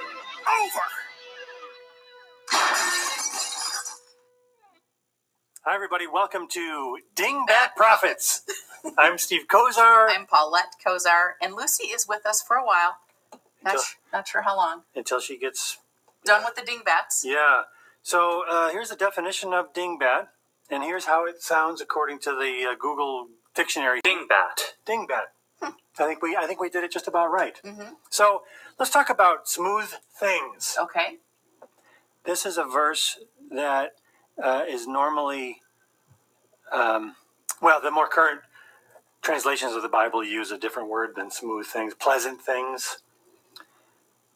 over. Hi, everybody. Welcome to Dingbat Profits. I'm Steve Kozar. I'm Paulette Kozar, and Lucy is with us for a while. Not, Until- sh- not sure how long. until she gets Done with the dingbats. Yeah. So uh, here's the definition of dingbat, and here's how it sounds according to the uh, Google dictionary. Dingbat. Dingbat. I think we I think we did it just about right. Mhm. So let's talk about smooth things. Okay. This is a verse that uh, is normally, um, well, the more current translations of the Bible use a different word than smooth things, pleasant things,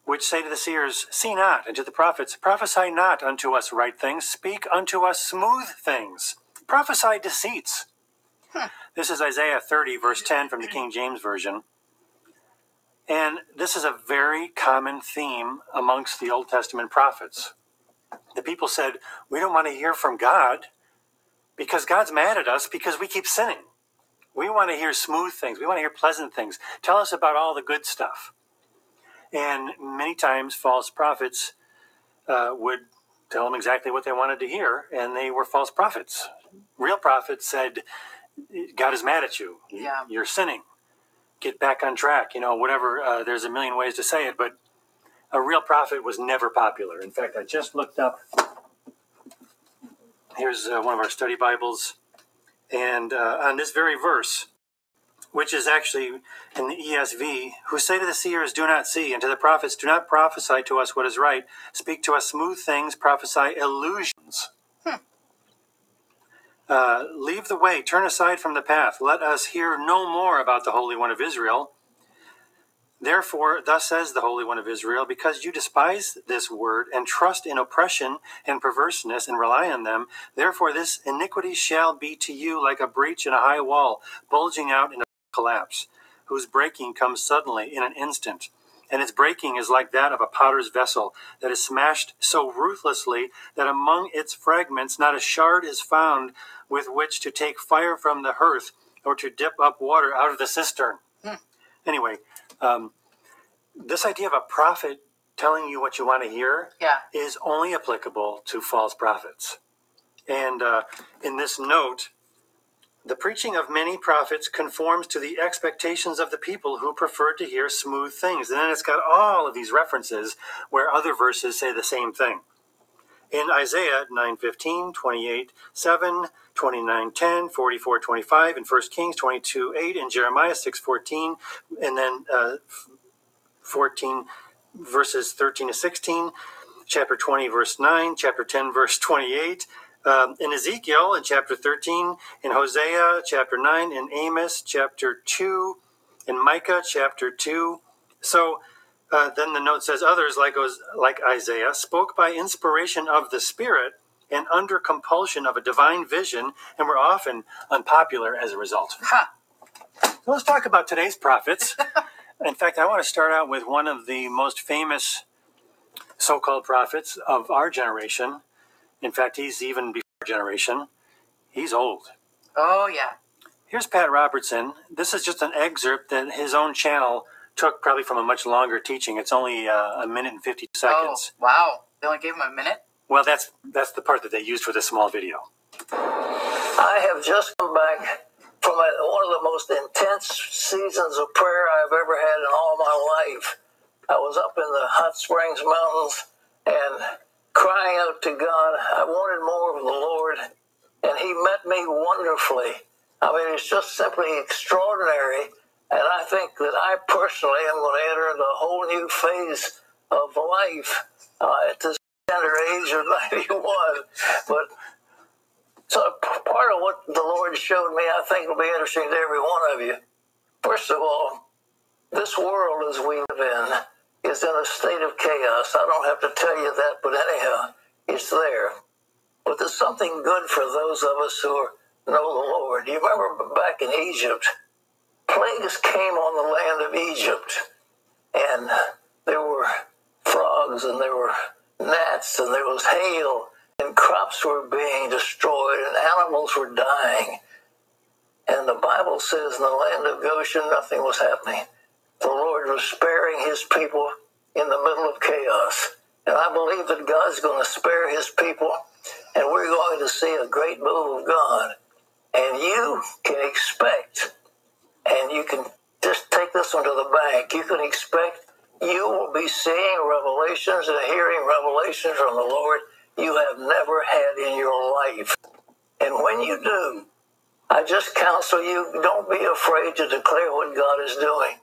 which say to the seers, See not, and to the prophets, Prophesy not unto us right things, speak unto us smooth things, prophesy deceits. This is Isaiah 30, verse 10 from the King James Version. And this is a very common theme amongst the Old Testament prophets. The people said, We don't want to hear from God because God's mad at us because we keep sinning. We want to hear smooth things. We want to hear pleasant things. Tell us about all the good stuff. And many times, false prophets uh, would tell them exactly what they wanted to hear, and they were false prophets. Real prophets said, God is mad at you. Yeah. You're sinning. Get back on track. You know, whatever. Uh, there's a million ways to say it, but a real prophet was never popular. In fact, I just looked up. Here's uh, one of our study Bibles, and uh, on this very verse, which is actually in the ESV, who say to the seers, Do not see, and to the prophets, Do not prophesy to us what is right, speak to us smooth things, prophesy illusions. Hmm. Uh, leave the way, turn aside from the path, let us hear no more about the Holy One of Israel. Therefore, thus says the Holy One of Israel, because you despise this word and trust in oppression and perverseness and rely on them, therefore this iniquity shall be to you like a breach in a high wall, bulging out in a collapse, whose breaking comes suddenly in an instant. And its breaking is like that of a potter's vessel that is smashed so ruthlessly that among its fragments not a shard is found with which to take fire from the hearth or to dip up water out of the cistern. Anyway, um, this idea of a prophet telling you what you want to hear Yeah. is only applicable to false prophets. And uh, in this note, the preaching of many prophets conforms to the expectations of the people who prefer to hear smooth things. And then it's got all of these references where other verses say the same thing. In Isaiah 9:15, 28, 7, 29, 10, 44, 25, in 1 Kings 22, 8, in Jeremiah 6:14, and then uh, 14 verses 13 to 16 chapter 20 verse 9 chapter 10 verse 28 um, in ezekiel in chapter 13 in hosea chapter 9 in amos chapter 2 in micah chapter 2 so uh, then the note says others like, Os- like isaiah spoke by inspiration of the spirit and under compulsion of a divine vision and were often unpopular as a result Huh. so let's talk about today's prophets. In fact, I want to start out with one of the most famous so called prophets of our generation. In fact, he's even before our generation. He's old. Oh, yeah. Here's Pat Robertson. This is just an excerpt that his own channel took probably from a much longer teaching. It's only uh, a minute and 50 Oh, seconds. wow. They only gave him a minute? Well, that's, that's the part that they used for this small video. I have just come back from a, one of the most intense seasons of prayer I've ever had in all my life. I was up in the Hot Springs Mountains and crying out to God. I wanted more of the Lord, and He met me wonderfully. I mean, it's just simply extraordinary. And I think that I personally am going to enter into a whole new phase of life uh, at this tender age of 91. But so part of what the Lord showed me, I think, will be interesting to every one of you. First of all, this world as we live in is in a state of chaos. I don't have to tell you that, but anyhow, it's there. But there's something good for those of us who are, know the Lord. You remember back in Egypt, plagues came on the land of Egypt, and there were frogs, and there were gnats, and there was hail, and crops were being destroyed, and animals were dying. And the Bible says in the land of Goshen, nothing was happening. The Lord was sparing his people in the middle of chaos. And I believe that God's going to spare his people, and we're going to see a great move of God. And you can expect, and you can just take this one to the bank, you can expect you will be seeing revelations and hearing revelations from the Lord you have never had in your life. And when you do, I just counsel you don't be afraid to declare what God is doing.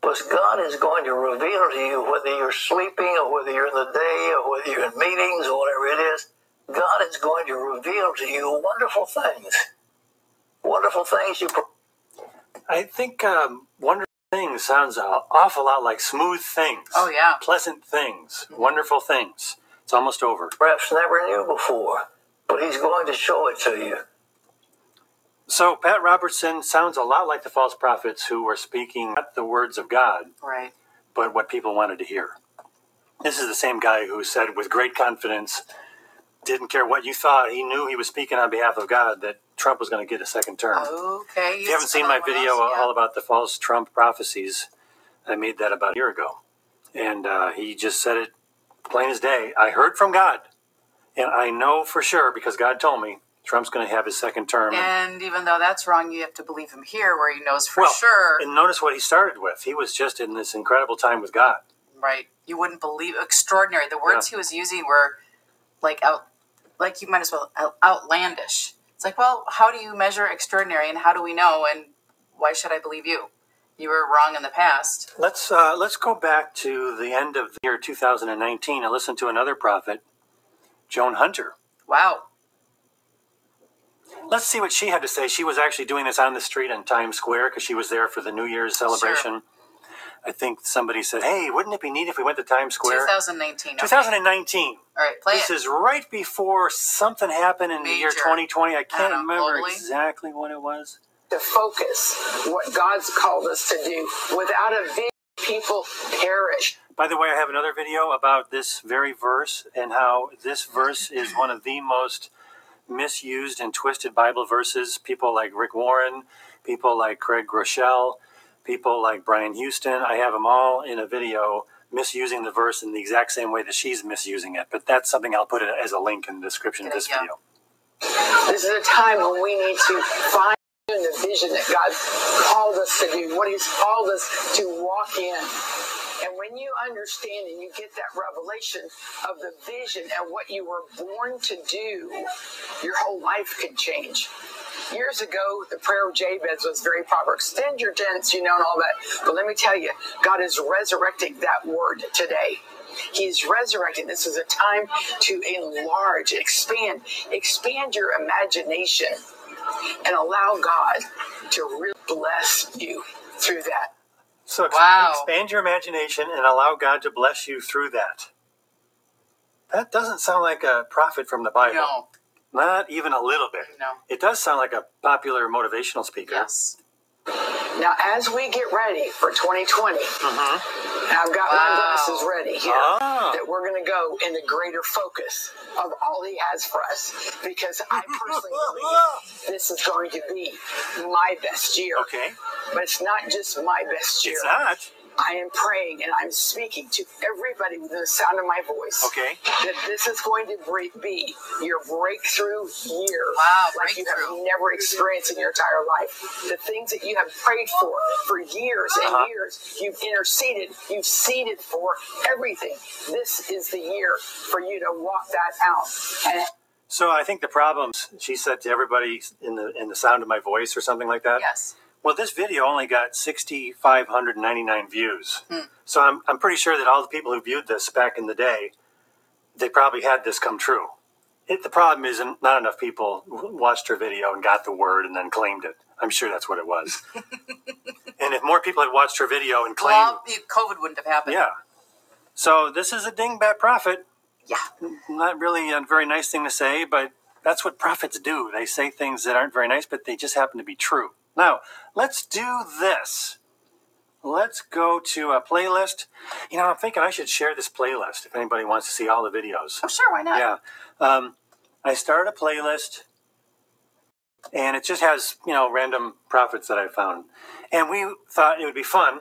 Because God is going to reveal to you whether you're sleeping or whether you're in the day or whether you're in meetings or whatever it is. God is going to reveal to you wonderful things. Wonderful things you. I think um, wonderful things sounds an awful lot like smooth things. Oh, yeah. Pleasant things, wonderful things. It's almost over. perhaps never knew before, but he's going to show it to you. So Pat Robertson sounds a lot like the false prophets who were speaking not the words of God, Right. but what people wanted to hear. This is the same guy who said with great confidence, didn't care what you thought. He knew he was speaking on behalf of God that Trump was going to get a second term. Oh, Okay. if you haven't seen my video uh, all about the false Trump prophecies, I made that about a year ago. And uh, he just said it plain as day. I heard from God, and I know for sure because God told me Trump's going to have his second term. And even though that's wrong, you have to believe him here where he knows for well, sure. and notice what he started with. He was just in this incredible time with God. right. You wouldn't believe extraordinary. The words he was using were like out, like you might as well out- outlandish. It's like, well, how do you measure extraordinary and how do we know and why should I believe you? You were wrong in the past. Let's uh, let's go back to the end of the year 2019 and listen to another prophet, Joan Hunter. Wow. Let's see what she had to say. She was actually doing this on the street in Times Square because she was there for the New Year's celebration. I think somebody said, "Hey, wouldn't it be neat if we went to Times Square?" 2019. okay. 2019. All right, play This it. is right before something happened in the year Major. 2020. I I can't don't know, remember globally? exactly what it was. to focus what God's called us to do. Without a vision, people perish. By the way, I have another video about this very verse and how this verse is one of the most misused and twisted Bible verses. People like Rick Warren, people like Craig Groeschel, people like Brian Houston. I have them all in a video misusing the verse in the exact same way that she's misusing it. But that's something I'll put it as a link in the description of this Yeah. video. This is a time when we need to find the vision that God called us to do, what He's called us to walk in. And when you understand and you get that revelation of the vision and what you were born to do, your whole life could change. Years ago, the prayer of Jabez was very popular. Extend your tents, you know, and all that. But let me tell you, God is resurrecting that word today. He's resurrecting. This is a time to enlarge, expand, expand your imagination, and allow God to really bless you through that. So ex- Wow. expand your imagination and allow God to bless you through that. That doesn't sound like a prophet from the Bible. No, Not even a little bit. no. It does sound like a popular motivational speaker. Yes. Now, as we get ready for 2020, I've got my Wow. glasses ready here Ah. that we're going to go in the greater focus of all he has for us because I personally believe this is going to be my best year. Okay. But it's not just my best year. It's not. I am praying and I'm speaking to everybody within the sound of my voice Okay. that this is going to bre- be your breakthrough year Wow, like you breakthrough. have never experienced in your entire life. The things that you have prayed for for years and Uh-huh. years, you've interceded, you've seeded for everything. This is the year for you to walk that out. And So I think the problems she said to everybody in the in the sound of my voice or something like that. Yes. Well, this video only got 6,599 views. Hmm. So I'm, I'm pretty sure that all the people who viewed this back in the day, they probably had this come true. It, the problem is n- not enough people w- watched her video and got the word and then claimed it. I'm sure that's what it was. and if more people had watched her video and claimed, Well, the COVID wouldn't have happened. yeah. So this is a dingbat prophet. Yeah. Not really a very nice thing to say, but that's what prophets do. They say things that aren't very nice, but they just happen to be true. Now, let's do this. Let's go to a playlist. You know, I'm thinking I should share this playlist if anybody wants to see all the videos. Oh, sure. Why not? Yeah. Um, I started a playlist and it just has, you know, random prophets that I found. And we thought it would be fun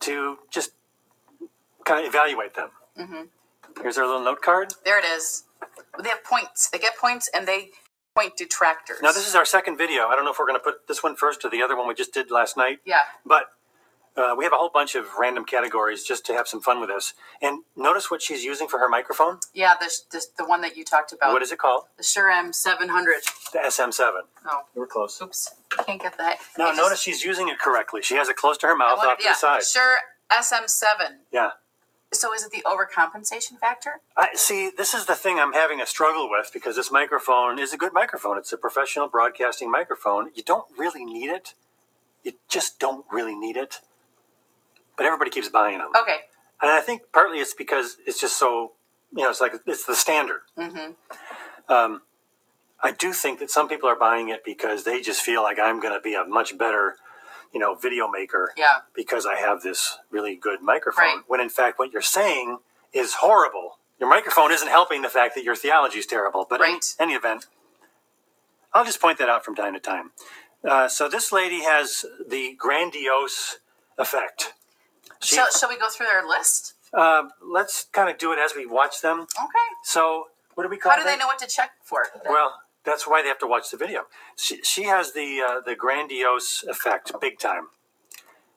to just kind of evaluate them. Here's our little note card. Mm-hmm. There it is. They have points. They get points and they point detractors. Now, this is our second video. I don't know if we're going to put this one first or the other one we just did last night. Yeah. But uh, we have a whole bunch of random categories just to have some fun with this. And notice what she's using for her microphone. Yeah, the, the, the one that you talked about. What is it called? The Shure M700. The SM7. Oh, We were close. oops. Can't get that. Now, I just- notice she's using it correctly. She has it close to her I mouth wanted- off to yeah, the side. Shure SM7. Yeah. So is it the overcompensation factor? I see. This is the thing I'm having a struggle with because this microphone is a good microphone. It's a professional broadcasting microphone. You don't really need it. You just don't really need it. But everybody keeps buying them, Okay. and I think partly it's because it's just so you know it's like it's the standard. Mm-hmm. Um, I do think that some people are buying it because they just feel like I'm going to be a much better, you know, video maker Yeah. because I have this really good microphone. Right. When in fact, what you're saying is horrible. Your microphone isn't helping the fact that your theology is terrible. But in Right. any event, I'll just point that out from time to time. Uh, so this lady has the grandiose effect. She, Shall, shall we go through their list? uh, let's kind of do it as we watch them. Okay. So what do we call How do that? they know what to check for? Well, that's why they have to watch the video. She, she has the uh, the grandiose effect, big time.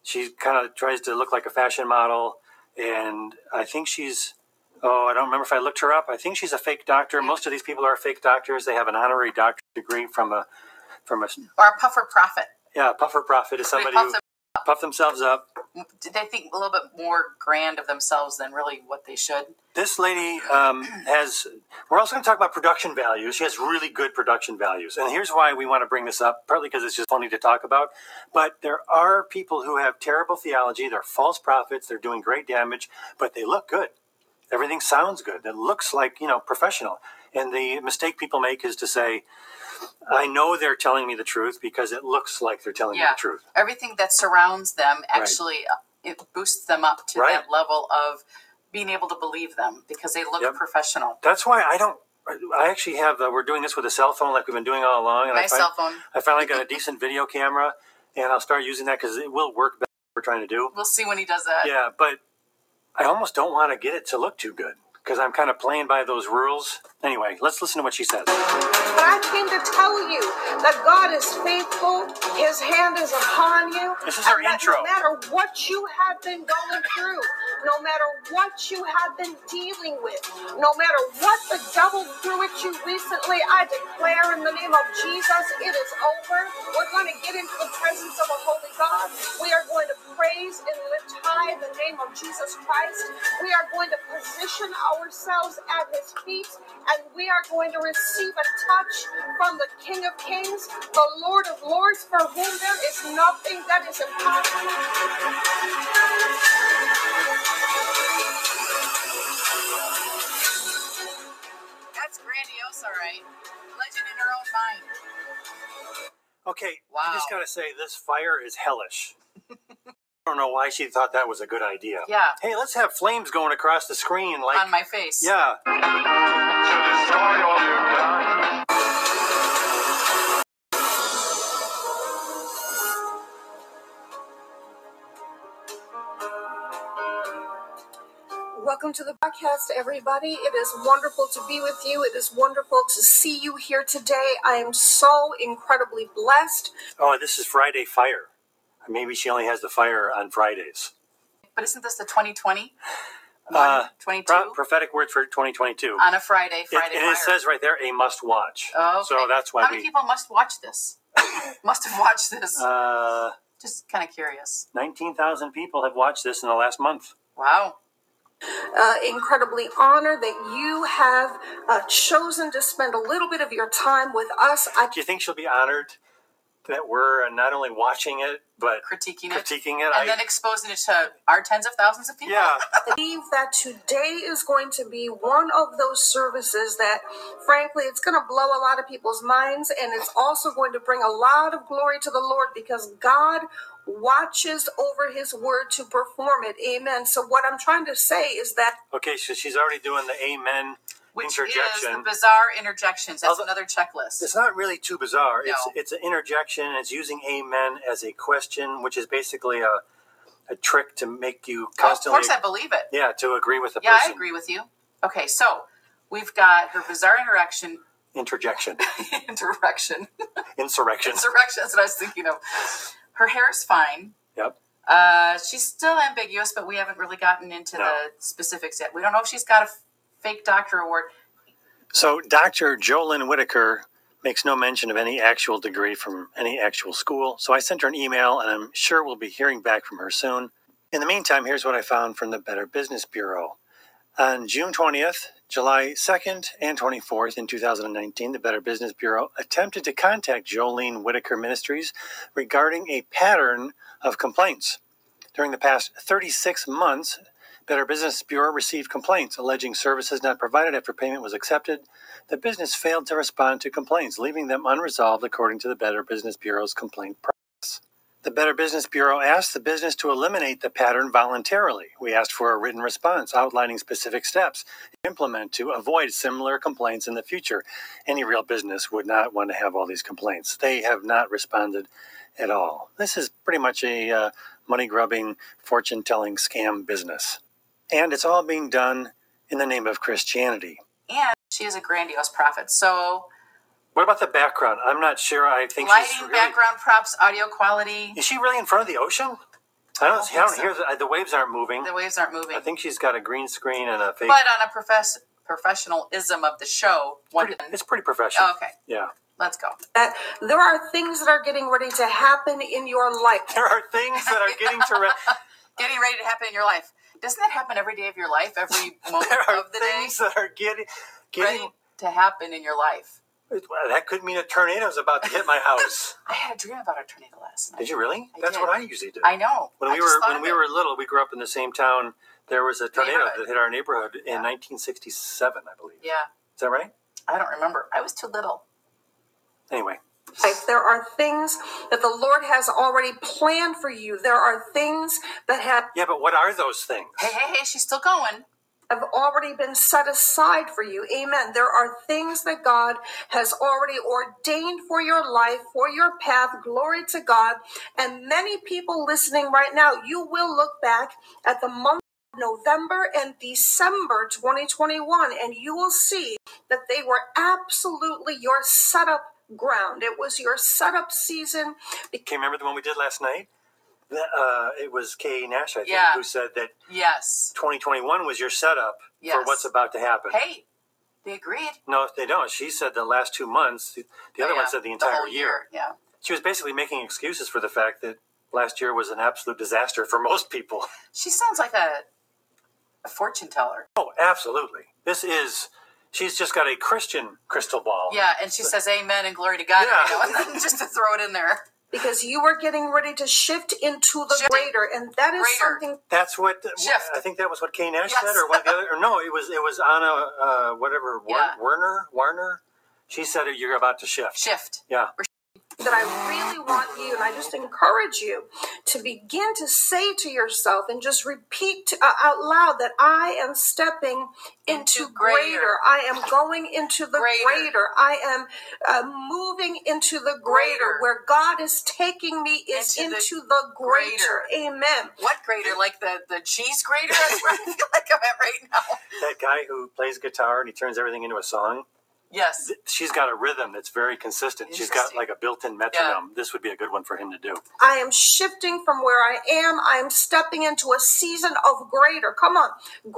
She kind of tries to look like a fashion model, and I think she's. Oh, I don't remember if I looked her up. I think she's a fake doctor. Most of these people are fake doctors. They have an honorary doctorate degree from a from a Or a puffer profit? yeah puffer prophet is They somebody puff who puff themselves up. them- do they think a little bit more grand of themselves than really what they should? This lady um, has. We're also going to talk about production values. She has really good production values, and here's why we want to bring this up. Partly because it's just funny to talk about, but there are people who have terrible theology. They're false prophets. They're doing great damage, but they look good. Everything sounds good. It looks like you know professional. And the mistake people make is to say, "I know they're telling me the truth because it looks like they're telling me Yeah. the truth." Everything that surrounds them actually uh it boosts them up to Right. that level of being able to believe them because they look Yep. professional. That's why I don't. I actually have. Uh, we're doing this with a cell phone, like we've been doing all along. And I My find- cell phone. I finally got a decent video camera, and I'll start using that because it will work better what we're trying to do. We'll see when he does that. Yeah, but I almost don't want to get it to look too good because I'm kind of playing by those rules. Anyway, let's listen to what she says. But I came to tell you that God is faithful. His hand is upon you. This is our and that intro. No matter what you have been going through, no matter what you have been dealing with, no matter what the devil threw at you recently, I declare in the name of Jesus, it is over. We're going to get into the presence of a holy God. We are going to praise and lift high the name of Jesus Christ. We are going to position ourselves at his feet and we are going to receive a touch from the King of Kings, the Lord of Lords, for whom there is nothing that is impossible. That's grandiose, all right. Legend in her own mind. Okay, I Wow. just gotta say this fire is hellish. I don't know why she thought that was a good idea. Yeah. Hey, let's have flames going across the screen, like on my face. yeah. Welcome to the podcast, everybody. It is wonderful to be with you. It is wonderful to see you here today. I am so incredibly blessed. Oh, this is Friday fire. Maybe she only has the fire on Fridays. But isn't this the 2020? Uh, 22? pro- prophetic word for 2022. on a Friday, It- Friday and Fire. it says right there a must watch. Oh, okay. So that's why How we. many people must watch this? must have watched this. uh, Just kind of curious. 19,000 people have watched this in the last month. Wow. uh, incredibly honored that you have uh, chosen to spend a little bit of your time with us. I Do you think she'll be honored that we're uh, not only watching it, but Critiquing it. critiquing it? and I, then exposing it to uh, our tens of thousands of people. yeah. believe that today is going to be one of those services that, frankly, it's going to blow a lot of people's minds and it's also going to bring a lot of glory to the Lord because God watches over his word to perform it. Amen. So, what I'm trying to say is that Okay, so she's already doing the amen Which is the interjection. bizarre interjections. That's Also- another checklist. it's not really too bizarre. It's No. it's an interjection. It's using amen as a question, which is basically a, a trick to make you Oh, of constantly course, I believe it. yeah to agree with the Yeah, person. I agree with you. Okay, so we've got her bizarre interaction, Interjection. interaction, Insurrection. insurrection. That's what I was thinking of. Her hair is fine. Yep. Uh, she's still ambiguous, but we haven't really gotten into No. the specifics yet. We don't know if she's got a f- fake doctor award. So Dr. Jolyn Whitaker makes no mention of any actual degree from any actual school. So I sent her an email and I'm sure we'll be hearing back from her soon. In the meantime, here's what I found from the Better Business Bureau. On June 20th, July 2nd, and 24th in 2019, the Better Business Bureau attempted to contact Jolene Whitaker Ministries regarding a pattern of complaints. During the past 36 months, Better Business Bureau received complaints alleging services not provided after payment was accepted. The business failed to respond to complaints, leaving them unresolved according to the Better Business Bureau's complaint process. The Better Business Bureau asked the business to eliminate the pattern voluntarily. We asked for a written response outlining specific steps to implement to avoid similar complaints in the future. Any real business would not want to have all these complaints. They have not responded at all. This is pretty much a uh, money grubbing, fortune telling scam business. And it's all being done in the name of Christianity. And she is a grandiose prophet. So, What about the background? I'm not sure. I think lighting, she's really. background props, audio quality. Is she really in front of the ocean? I don't. I think don't so. hear the, the waves aren't moving. The waves aren't moving. I think she's got a green screen and a fake. but on a profess- professionalism of the show, one. pretty, it's pretty professional. okay, Yeah. let's go. That Uh, there are things that are getting ready to happen in your life. There are things that are getting to. Re- Getting ready to happen in your life. Doesn't that happen every day of your life, every moment there are uh, of the day? things that are getting Ready getting. to happen in your life. Well, that could mean a tornado's about to hit my house. I had a dream about a tornado last night. Did you really? I That's did. what I usually do. I know. When I we just were thought when of we it. were little, we grew up in the same town. There was a tornado Neighborhood. that hit our neighborhood in Yeah. 1967, I believe. Yeah, Is that right? I don't remember. I was too little. Anyway, life. There are things that the Lord has already planned for you. There are things that have, yeah, but what are those things? Hey, hey, hey, she's still going. have already been set aside for you. Amen. There are things that God has already ordained for your life, for your path. Glory to God. And many people listening right now, you will look back at the month of November and December 2021, and you will see that they were absolutely your setup ground. It was your setup season because. Can you remember the one we did last night? The- Uh, it was Kay Nash, I think, Yeah. who said that Yes. 2021 was your setup for Yes. what's about to happen. Hey, they agreed. No, they don't. She said the last two months. The the other Oh, Yeah, one said the entire whole year. Yeah. She was basically making excuses for the fact that last year was an absolute disaster for most people. She sounds like a, a fortune teller. Oh, absolutely. This is. She's just got a Christian crystal ball. Yeah, and she says amen and glory to God, Yeah. you know, and then just to throw it in there. because you are getting ready to shift into the Shift. greater and that is Greater. something That's what Shift. I think. That was what Kay Nash Yes. said, or one of the other. Or no, it was it was Anna, uh, whatever Yeah. Werner Warner. She said you're about to shift. Shift. Yeah. that I really want you and I just encourage you to begin to say to yourself and just repeat to- uh, out loud that I am stepping into, Into greater. greater. I am going into the Greater. greater, I am uh, moving into the greater. Greater. where God is taking me is Into into, the the greater. amen What grater? Like the, the cheese grater? That's where I feel like I'm at right now. that guy who plays guitar and he turns everything into a song. Yes. She's got a rhythm that's very consistent. She's got Interesting. like a built-in metronome. This would be a good one for him to do. I am shifting from where I am. I am stepping into a season of greater, come on,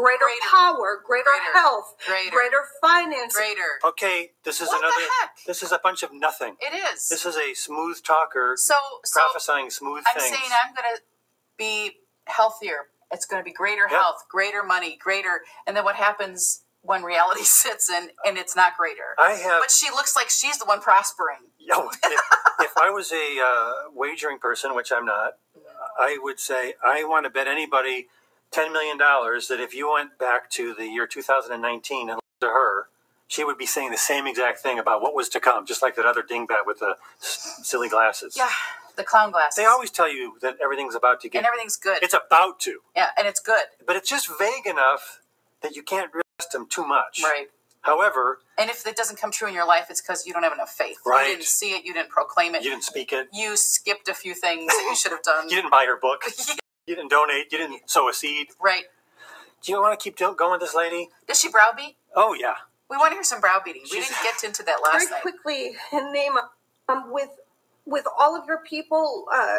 greater, Greater. power, greater, Greater. health, Greater. finances. Grater. Okay, this is What the another. heck? This is a bunch of nothing. It is. This is a smooth talker so, so prophesying smooth I'm things. saying I'm going to be healthier. It's going to be greater Yeah. health, greater money, greater. And then what happens when reality sits in and it's not greater? I have. But she looks like she's the one prospering. Yo, if, if I was a uh, wagering person, which I'm not, I would say I want to bet anybody ten million dollars that if you went back to the year 2019 and listened to her, she would be saying the same exact thing about what was to come, just like that other dingbat with the s- silly glasses. Yeah. The clown glasses. They always tell you that everything's about to and get. everything's good. It's about to, yeah, and it's good. but it's just vague enough that you can't really trust them too much. Right. However, And if it doesn't come true in your life, it's because you don't have enough faith. Right. You didn't see it. You didn't proclaim it. you didn't speak it. You skipped a few Um, things that you should have done. You didn't buy her book. You didn't donate. You didn't sow a seed. Right. Do you want to keep do- going with this lady? Did she browbeat? Oh, yeah. We want to hear some browbeating. We She's- didn't get into that very last night. quickly and name um, with with all of your people uh,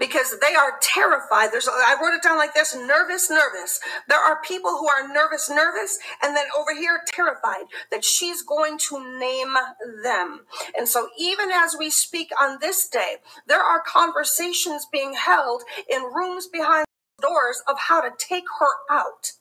because they are terrified. There's I wrote it down like this: nervous, nervous. There are people who are nervous, nervous, and then over here terrified that she's going to name them. And so even as we speak on this day, there are conversations being held in rooms behind doors of how to take her out.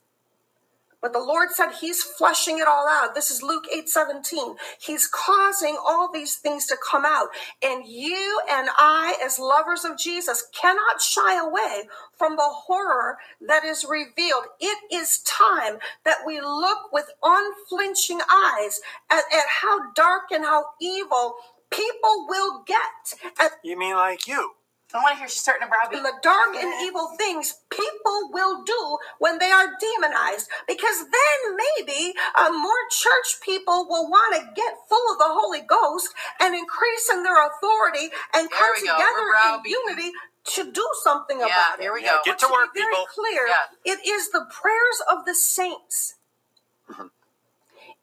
But the Lord said he's flushing it all out. This is Luke 8 17. He's causing all these things to come out. And you and I, as lovers of Jesus, cannot shy away from the horror that is revealed. It is time that we look with unflinching eyes at, at how dark and how evil people will get at You mean like you? I want to hear she's starting to browbeat. and the dark and evil things people will do when they are demonized because then maybe uh, more church people will want to get full of the holy ghost and increase in their authority and There come we go. together We're in browbeating. unity to do something Yeah, about it here we go. Yeah, get to but to be work, very people. clear Yeah. it is the prayers of the saints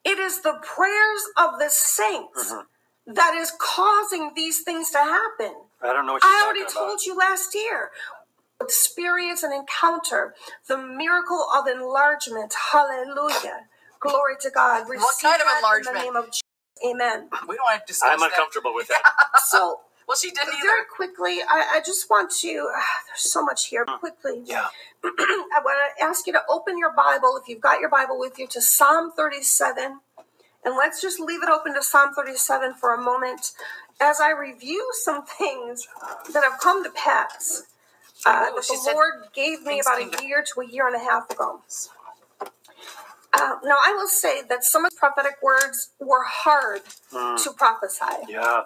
it is the prayers of the saints that is causing these things to happen I don't know what you're I already talking about. told you last year. Experience and encounter the miracle of enlargement. Hallelujah. Glory to God. Receive What kind of that enlargement? in the name of Jesus. Amen. We don't want to discuss I'm that. uncomfortable with that. So Well, she didn't very either. quickly, I, I just want to ah, there's so much here. Quickly. Yeah. I want to ask you to open your Bible if you've got your Bible with you to Psalm 37. And let's just leave it open to Psalm 37 for a moment as I review some things that have come to pass. uh, Ooh, that she the said Lord gave me things about came to a year to a year and a half ago. Uh, now, I will say that some of the prophetic words were hard to prophesy. Yeah.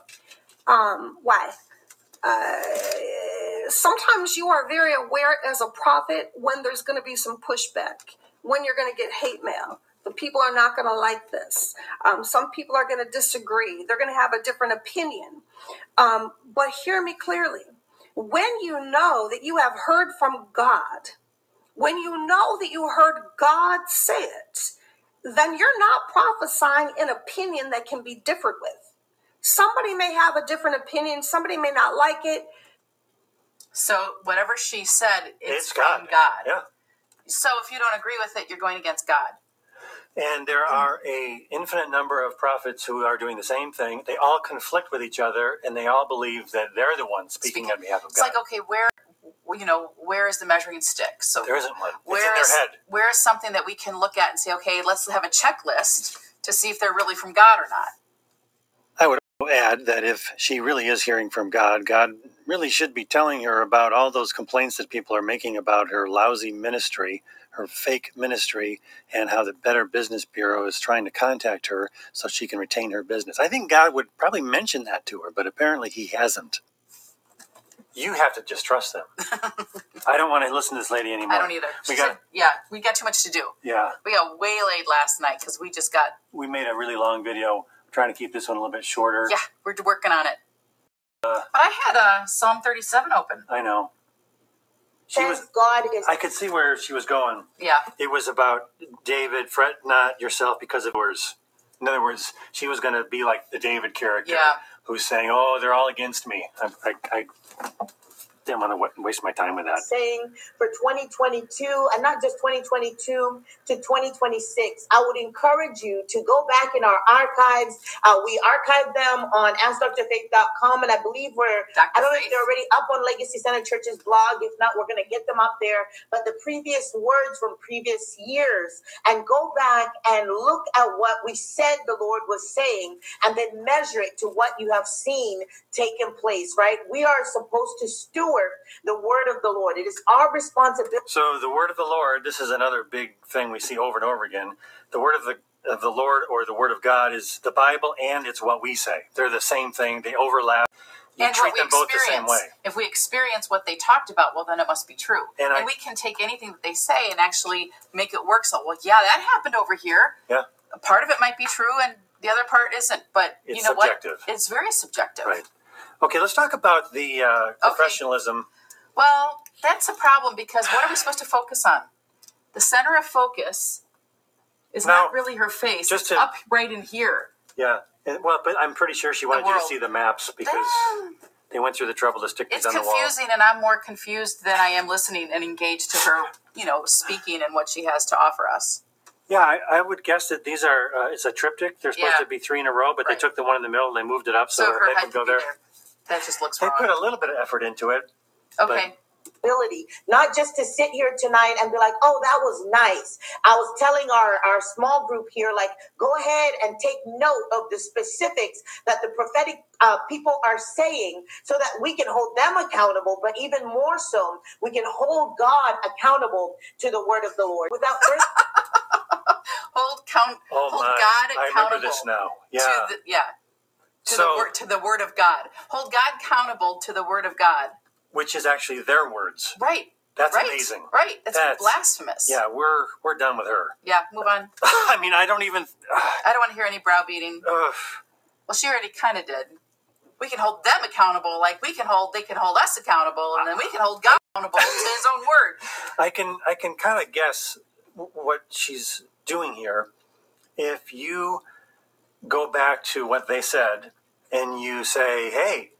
Um, why? Uh, sometimes you are very aware as a prophet when there's going to be some pushback, when you're going to get hate mail. The people are not going to like this. Um, some people are going to disagree. They're going to have a different opinion. Um, but hear me clearly. When you know that you have heard from God, when you know that you heard God say it, then you're not prophesying an opinion that can be differed with. Somebody may have a different opinion, somebody may not like it. So whatever she said, it's, It's from God. God. Yeah. So if you don't agree with it, you're going against God. And there are a infinite number of prophets who are doing the same thing. They all conflict with each other, and they all believe that they're the ones speaking Speaking, on behalf of it's God. like okay, where you know where is the measuring stick? So there isn't one. It's in where their is head. where is something that we can look at and say, okay, let's have a checklist to see if they're really from God or not. I would also add that if she really is hearing from God, God really should be telling her about all those complaints that people are making about her lousy ministry, her fake ministry, and how the Better Business Bureau is trying to contact her so she can retain her business. I think God would probably mention that to her, but apparently he hasn't. You have to just trust them. I don't want to listen to this lady anymore. I don't either. We She said, got, yeah, we got too much to do. yeah, We got waylaid last night because we just got we made a really long video. I'm trying to keep this one a little bit shorter. yeah, we're working on it. But I had uh, Psalm 37 open. I know. She was, God is I could see where she was going. Yeah, It was about David, fret not yourself because of yours. In other words, she was going to be like the David character Yeah. who's saying, Oh, they're all against me. I, I, I didn't want to wa- waste my time with that. saying for 2022 and not just 2022 to 2026 i would encourage you to go back in our archives uh, we archive them on askdrfaith.com and i believe we're Dr. i don't know if Faith. they're already up on legacy center church's blog if not we're going to get them up there but the previous words from previous years and go back and look at what we said the lord was saying and then measure it to what you have seen taken place right we are supposed to steward the word of the Lord. It is our responsibility. So, the word of the Lord, this is another big thing we see over and over again. The word of the of the Lord or the word of God is the Bible and it's what we say. They're the same thing, they overlap. You and what treat we them both the same experience. way. If we experience what they talked about, well, then it must be true. And And, I- we can take anything that they say and actually make it work. So, well, yeah, that happened over here. Yeah. A part of it might be true, and the other part isn't. But you It's know subjective. what? It's very subjective. Right. Okay, let's talk about the uh, professionalism. Well, that's a problem because what are we supposed to focus on? The center of focus is No, not really her face. just it's to- up right in here. Yeah. And- well, but I'm pretty sure she wanted you to world. see the maps because they went through the trouble to stick these It's on the wall. confusing, and I'm more confused than I am listening and engaged to her, you know, speaking and what she has to offer us. Yeah, I, I would guess that these are, uh, it's a triptych. They're supposed Yeah. to be three in a row, but Right. they took the one in the middle and they moved it up so, So her, her head head would go could be there. there. That just looks They wrong. put a little bit of effort into it. okay. ability, not just to sit here tonight and be like, oh, that was nice. I was telling our, our small group here, like, go ahead and take note of the specifics that the prophetic uh, people are saying so that we can hold them accountable, but even more so, we can hold God accountable to the word of the Lord. Without first Hold count. Oh hold my! God I accountable. remember this now. Yeah. To the, yeah. To so, the word to the word of God. Hold God accountable to the word of God. which is actually their words. Right. That's right. amazing. Right. That's, That's- blasphemous. Yeah, we're we're done with her. Yeah. Move on. I mean, I don't even. I don't want to hear any browbeating. Ugh. Well, she already kind of did. We can hold them accountable, like we can hold they can hold us accountable, and then we can hold God accountable to His own word. I can I can kind of guess w- what she's doing here. If you go back to what they said and you say, "Hey,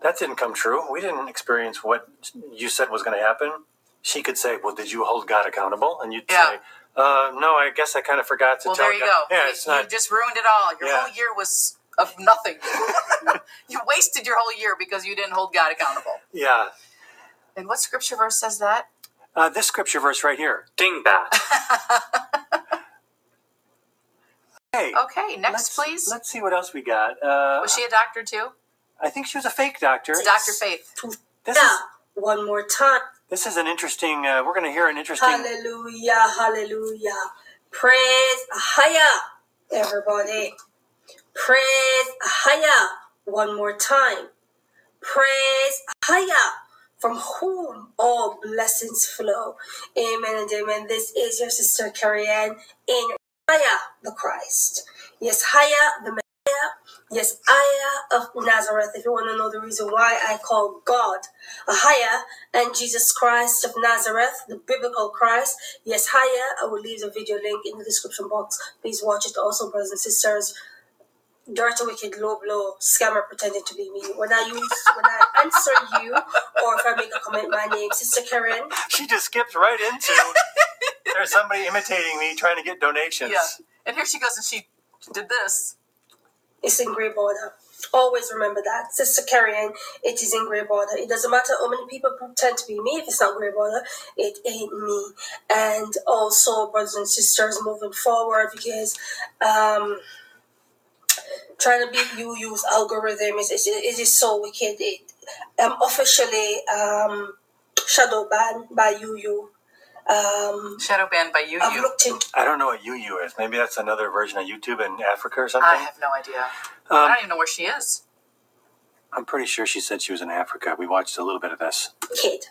that didn't come true. We didn't experience what you said was going to happen," she could say, "Well, did you hold God accountable?" And you'd Yeah. say, uh, "No, I guess I kind of forgot to Well, tell there you God." go. Yeah, you, it's not you just ruined it all. Your Yeah. whole year was of nothing. you wasted your whole year because you didn't hold God accountable. Yeah. And what scripture verse says that? Uh, this scripture verse right here. Dingbat. Hey, Okay, next, let's, please. Let's see what else we got. Uh, Was she a doctor too? I think she was a fake doctor. It's Dr. Faith. This is one more time. this is an interesting. Uh, we're going to hear an interesting. Hallelujah, hallelujah. Praise Ahaya, everybody. Praise Ahaya one more time. Praise Ahaya, from whom all blessings flow. Amen and amen. This is your sister Carrie Ann in Haya the Christ. Yes, Haya the Messiah. Yes, Aya of Nazareth. If you want to know the reason why I call God Ahaya and Jesus Christ of Nazareth, the biblical Christ, yes, Haya, I will leave the video link in the description box. Please watch it also, brothers and sisters. Dirty wicked low blow scammer pretending to be me. When I use when I answer you or if I make a comment, my name Sister Karen. She just skips right into. There's somebody imitating me trying to get donations. Yeah. And here she goes and she did this. It's in grey border. Always remember that. Sister Karen, it is in grey border. It doesn't matter how many people pretend to be me if it's not grey border, it ain't me. And also, brothers and sisters, moving forward because um trying to be you use algorithms it's, it is so wicked. It I'm officially um shadow banned by you you. Um Shadow banned by you. I've you. looked into I don't know what UU is. Maybe that's another version of YouTube in Africa or something. I have no idea. I um, don't even know where she is. I'm pretty sure she said she was in Africa. We watched a little bit of this. kid.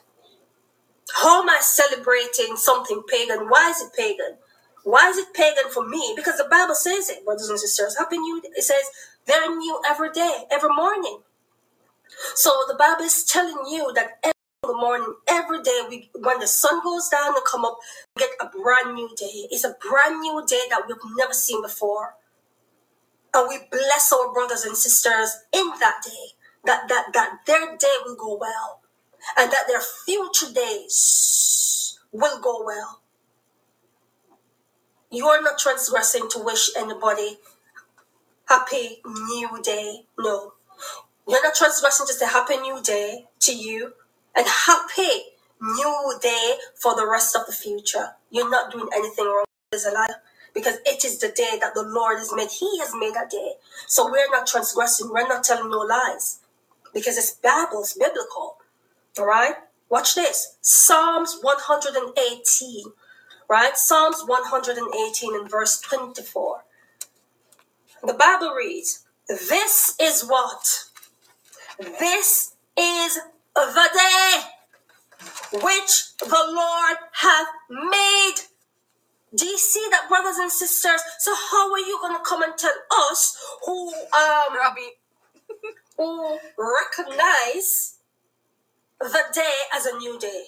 How am I celebrating something pagan? Why is it pagan? Why is it pagan for me? Because the Bible says it, brothers and sisters. Happy New It says they're new every day, every morning. So the Bible is telling you that every single morning, every day, we when the sun goes down and come up, we get a brand new day. It's a brand new day that we've never seen before and we bless our brothers and sisters in that day that that that their day will go well and that their future days will go well you are not transgressing to wish anybody happy new day no you're not transgressing to say happy new day to you and happy new day for the rest of the future you're not doing anything wrong is a lie because it is the day that the Lord has made. He has made that day. So we're not transgressing. We're not telling no lies because it's Bible, it's biblical. All right? Watch this Psalms 118, right? Psalms 118 and verse 24. The Bible reads, This is what? This is the day which the Lord hath made. Do you see that, brothers and sisters? So how are you gonna come and tell us who um Robbie. who recognize the day as a new day?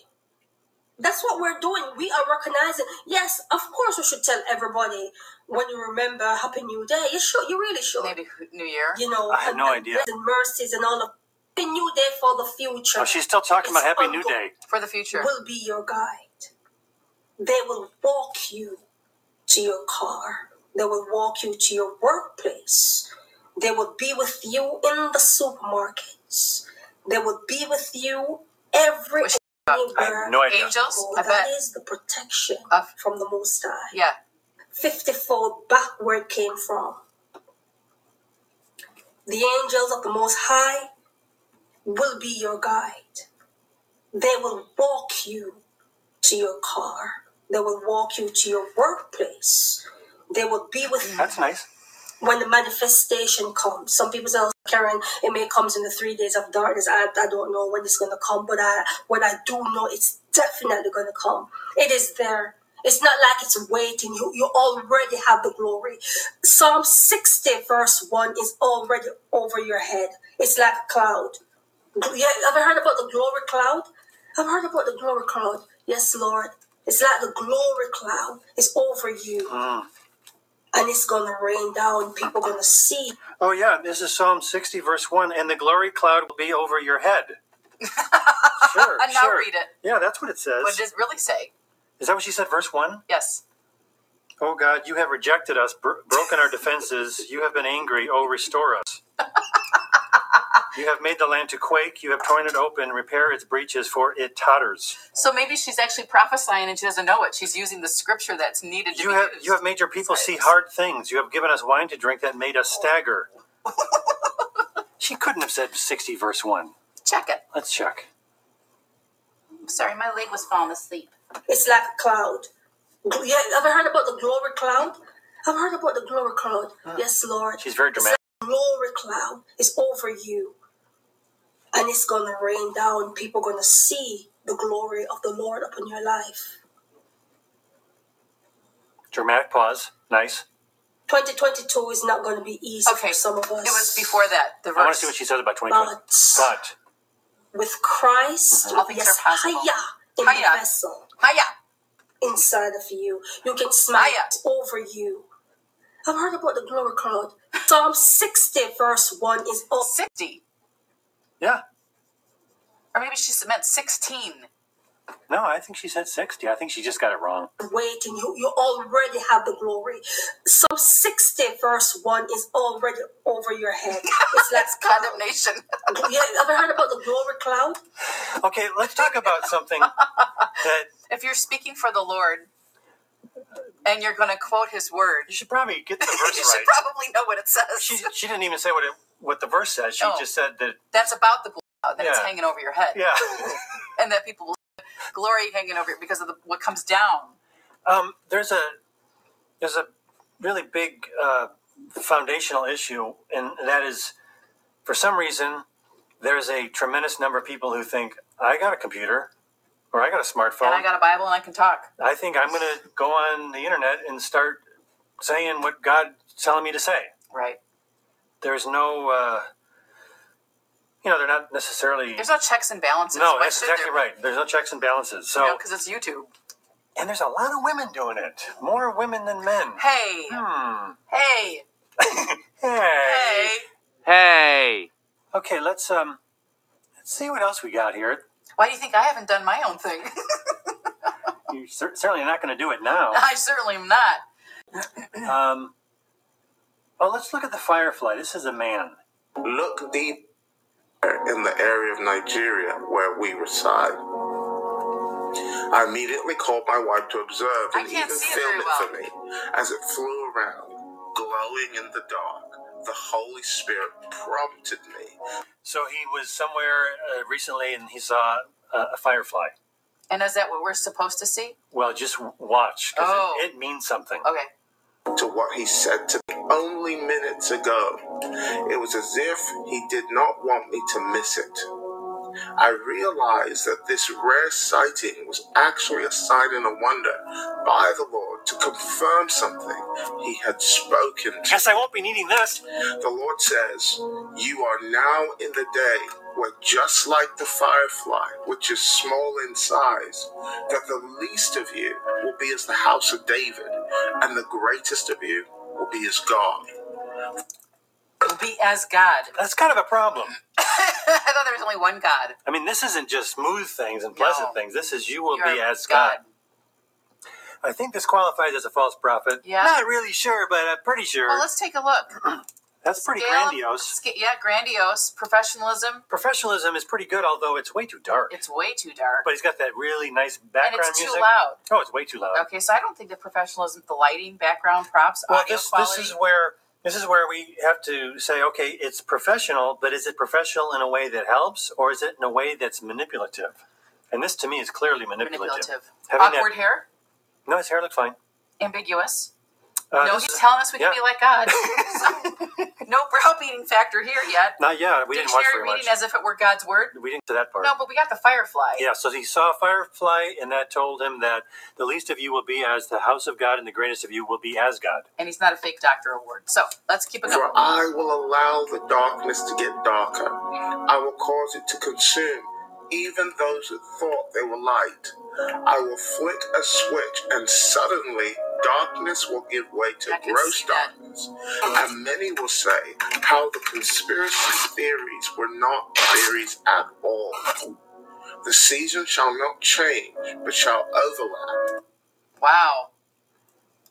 That's what we're doing. We are recognizing. Yes, of course, we should tell everybody when you remember Happy New Day. You should. You really should. Maybe New Year. You know, I had and, no and idea. grace and mercies and all of Happy New Day for the future. Oh, she's still talking about It's Happy New ongoing. Day. For the future. Will be your guide. They will walk you to your car. They will walk you to your workplace. They will be with you in the supermarkets. They will be with you every Wish- I have anywhere. no idea. uh, Angels? Oh, I that bet. is the protection Of- from the Most High. Yeah. Fiftyfold back where it came from. The angels of the Most High will be your guide. They will walk you to your car. They will walk you to your workplace. They will be with you That's nice. when the manifestation comes. Some people say, "Oh, Karen, it may comes in the three days of darkness. I, I don't know when it's going to come, but I, when I do know, it's definitely going to come. It is there. It's not like it's waiting. You, you already have the glory. Psalm 60, verse 1 is already over your head. It's like a cloud. Gl- Yeah, have you heard about the glory cloud? I've heard about the glory cloud. Yes, Lord. It's like the glory cloud. It's over you. Mm. And it's going to rain down. People going to see Oh, yeah. This is Psalm 60, verse 1. And the glory cloud will be over your head. Sure. And now sure. read it. Yeah, that's what it says. What does it really say? Is that what she said? Verse 1? Yes. Oh God, you have rejected us, bro- broken our defenses. You have been angry. Oh, restore us. You have made the land to quake. You have torn it open. Repair its breaches, for it totters. So maybe she's actually prophesying and she doesn't know it. She's using the scripture that's needed to You be have used. you have made your people see hard things. You have given us wine to drink that made us stagger. She couldn't have said sixty verse one. Check it. Let's check. I'm sorry, my leg was falling asleep. It's like a cloud. Gl- Yeah, have you heard about the glory cloud? I've heard about the glory cloud. Yes, Lord. She's very It's dramatic. like a glory cloud. It's over you. And it's going to rain down. People going to see the glory of the Lord upon your life. Dramatic pause. Nice. 2022 is not going to be easy Okay. for some of us. It was before that, the I want to see what verse. she says about twenty twenty. But But with Christ, Mm-hmm. All things yes, are possible. higher in Hiya. the vessel, Hiya. inside of you. You can smile Hiya. It's over you. I've heard about the glory cloud. Psalm 60, verse 1 is all. 60. yeah, Or maybe she meant 16. no, I think she said sixty. I think she just got it wrong. waiting. You, you already have the glory. Psalm 60, verse 1 is already over your head. It's like That's cloud. condemnation. Yeah, have you heard about the glory cloud? Okay, let's talk about something that if you're speaking for the Lord and you're going to quote his word, you should probably get the you verse should right. probably know what it says. she she didn't even say what it what the verse says. She No. just said that That's about the cloud that it's Yeah. hanging over your Oh. head. yeah. And that people will see glory hanging over it because of the, what comes down. Um, there's a there's a really big uh, foundational issue, and that is for some reason there's a tremendous number of people who think I got a computer or I got a smartphone. And I got a Bible and I can talk. I think I'm going to go on the internet and start saying what God's telling me to say. Right. There's no uh, you know they're not necessarily. There's no checks and balances. Mm. No, Why that's should exactly there? right. There's no checks and balances. So You know, because it's YouTube. And there's a lot of women doing it. More women than men. Hey, Hmm. hey, Hey. hey. Hey! Okay, let's um let's see what else we got here. Why do you think I haven't done my own thing? You're cer- certainly not going to do it now. I certainly am not. Um, oh, let's look at the firefly. This is a man. Look deep in the area of Nigeria where we reside. I immediately called my wife to observe I and can't even see it film very it well. for me as it flew around, glowing in the dark. The Holy Spirit prompted me So he was somewhere uh, recently and he saw a, a firefly. And is that what we're supposed to see? Well, just w- watch because Oh. it, it means something. Okay. to what he said to me only minutes ago. It was as if he did not want me to miss it. I realized that this rare sighting was actually a sign and a wonder by the Lord to confirm something he had spoken to. Guess I won't be needing this. The Lord says, You are now in the day where, just like the firefly, which is small in size, that the least of you will be as the house of David, and the greatest of you will be as God. Will be as God. That's kind of a problem. I thought there was only one God. I mean, this isn't just smooth things and pleasant No. things. This is you will You're be as God. I think this qualifies as a false prophet. Yeah. Not really sure, but I'm pretty sure. Well, let's take a look. That's pretty Scale- grandiose. sca- yeah, grandiose professionalism. Professionalism is pretty good, although it's way too dark. It's way too dark, But he's got that really nice and background it's too music. loud. Oh, it's way too loud. Okay, so I don't think the professionalism, the lighting, background, props, Well, audio this quality. this is where this is where we have to say, okay, it's professional, but is it professional in a way that helps, or is it in a way that's manipulative? And this, to me, is clearly manipulative. manipulative. Having that- Awkward hair, No, his hair looked fine. ambiguous. Uh, no, this he's is- telling us we yeah. can be like God. no browbeating factor here yet. Not yet. We didn't watch Dictionary very reading much. as if it were God's word. we didn't to that part. No, but we got the firefly. Yeah, so he saw a firefly, and that told him that the least of you will be as the house of God, and the greatest of you will be as God. And he's not a fake doctor award. So let's keep it For going. I will allow the darkness to get darker. I will cause it to consume even those who thought they were light. I will flick a switch, and suddenly darkness will give way to I can gross see that. darkness. And many will say how the conspiracy theories were not theories at all. The season shall not change, but shall overlap. Wow.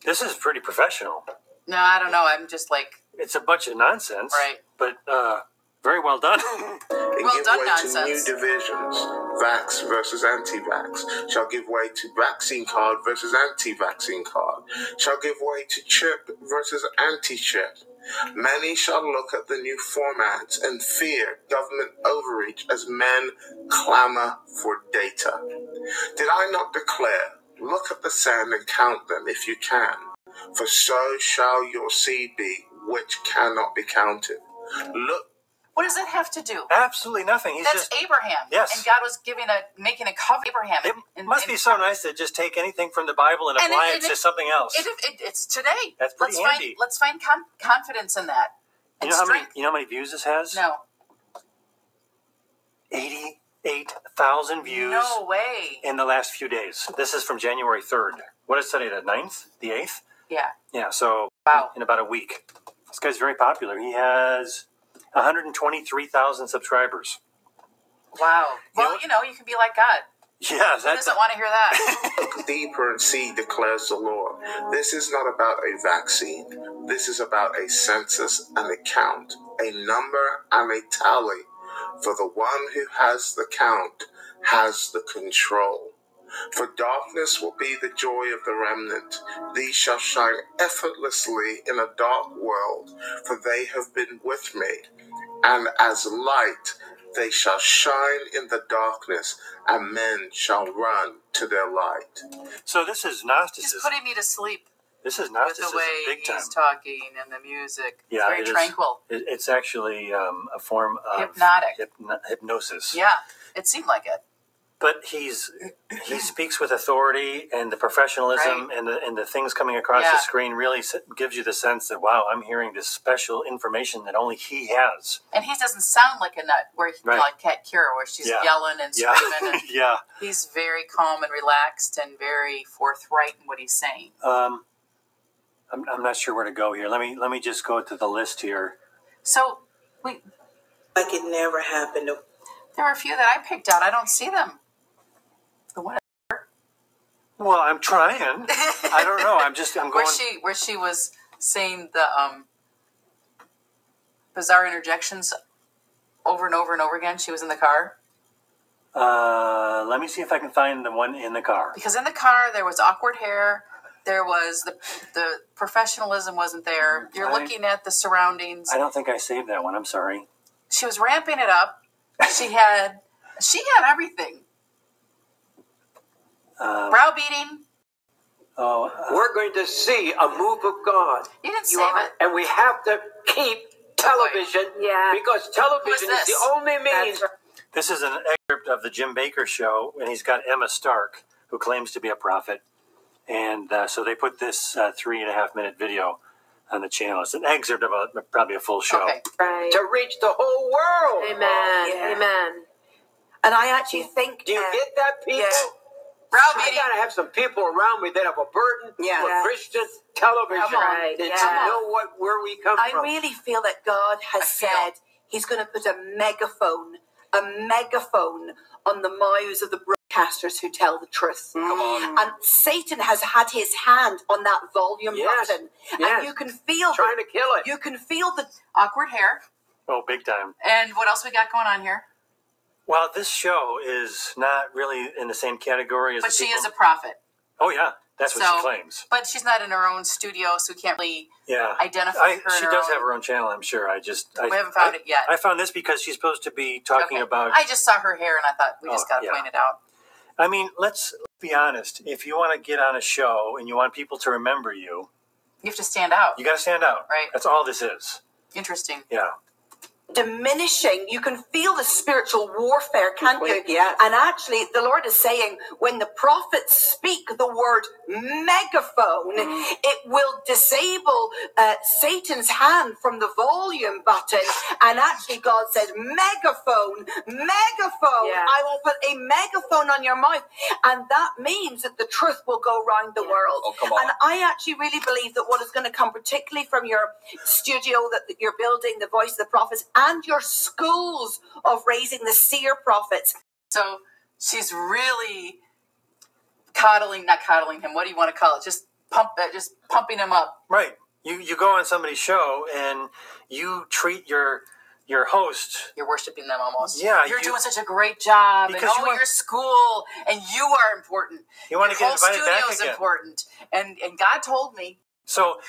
This is pretty professional. No, I don't know. I'm just like, It's a bunch of nonsense, Right. But uh, very well done. and Well give done, way to new nonsense. divisions. Vax versus anti-vax shall give way to vaccine card versus anti-vaccine card. Shall give way to chip versus anti-chip. Many shall look at the new formats and fear government overreach as men clamor for data. Did I not declare? Look at the sand and count them if you can. For so shall your seed be, which cannot be counted. Look what does that have to do? Absolutely nothing. He's That's just. Abraham. Yes. And God was giving a making a covenant with Abraham. It and, must be so nice to just take anything from the Bible and And it- apply it, and it- to something else. It, it, it's today. That's pretty let's handy. Find, let's find con- confidence in that. you And know how many? strength. You know how many views this has? No. Eighty-eight thousand views No way. in the last few days. This is from January third. What is today? The 9th? The eighth? Yeah. Yeah. So Wow. in about a week. This guy's very popular. He has 123,000 subscribers. Wow. You know Well, what- you know, you can be like God. Yeah, Who that's doesn't want to hear that? Look deeper and see, declares the Lord. This is not about a vaccine. This is about a census and a count, a number and a tally. For the one who has the count has the control. For darkness will be the joy of the remnant. These shall shine effortlessly in a dark world, for they have been with me and as light they shall shine in the darkness, and men shall run to their light. so. This is He's Gnosticism. putting me to sleep This is with the Gnosticism, way big time. he's talking and the music. yeah, it's very it is- tranquil. it- it's actually um, a form of Hypnotic. hypno- hypnosis. Yeah. It seemed like it. but he's he speaks with authority, and the professionalism Right. and the and the things coming across Yeah. the screen really s- gives you the sense that wow, I'm hearing this special information that only he has. And he doesn't sound like a nut where he, Right. like Cat Kira, where she's Yeah. yelling and Yeah, screaming. and yeah. he's very calm and relaxed and very forthright in what he's saying. Um, I'm, I'm not sure where to go here. Let me let me just go to the list here. So we, like it never happened. there were a few that I picked out. I don't see them. The one Well, I'm trying. I don't know. I'm just I'm where going. she where she was saying the um, bizarre interjections over and over and over again. She was in the car Uh, let me see if I can find the one in the car. because in the car there was awkward hair. There was the the professionalism wasn't there. You're I- looking at the surroundings. I don't think I saved that one. I'm sorry. She was ramping it up. She had she had everything. Uh, Browbeating. oh, uh, We're going to see a move of God. You didn't You save are- it. and we have to keep television Yeah. because Who is television is this? the only means. this is an excerpt of the Jim Baker show, and he's got Emma Stark, who claims to be a prophet, And uh, so they put this uh, three and a half minute video on the channel. It's an excerpt of a, probably a full show. Okay. Right. to reach the whole world. Oh, Amen. Yeah. Amen. And I actually think Do you uh, get that, people? yeah. I Browbeating. gotta have some people around me that have a burden Yeah. for Yeah. Christian television Come on. Right, that yeah. know what where we come I from. really feel that God has I feel. said He's going to put a megaphone, a megaphone on the mouths of the broadcasters who tell the truth. Mm. And Satan has had his hand on that volume Yes, button, yes. and you can feel Trying to kill it. You can feel the Awkward hair. Oh, big time. And what else we got going on here? Well, this show is not really in the same category as. But the she people- is a prophet. Oh yeah, that's what So- she claims. But she's not in her own studio, so we can't really. Yeah, Identify I, her in She her does own- have her own channel. I'm sure. I just I, We haven't found I- it yet. I found this because she's supposed to be talking Okay. about. I just saw her hair and I thought we just Oh, got to yeah. point it out. I mean, let's be honest. If you want to get on a show and you want people to remember you, You have to stand out. you got to stand out. Right. That's all this is. Interesting. Yeah. diminishing. You can feel the spiritual warfare, can't you? Yes. And actually, the Lord is saying when the prophets speak the word megaphone, Mm. it will disable uh, Satan's hand from the volume button. And actually, God says, megaphone, megaphone. Yeah. I will put a megaphone on your mouth. And that means that the truth will go round the world. Oh, come on. And I actually really believe that what is going to come, particularly from your studio that that you're building, the voice of the prophets, and your schools of raising the seer prophets, So she's really coddling, not coddling him. What do you want to call it? Just pump, uh, just pumping him up. Right. You you go on somebody's show and you treat your your host. You're worshiping them almost. Yeah, you're you- doing such a great job, and Because oh, you want- your school, and you are important. You want to Your get whole invited back studio's again. important, and and God told me. So,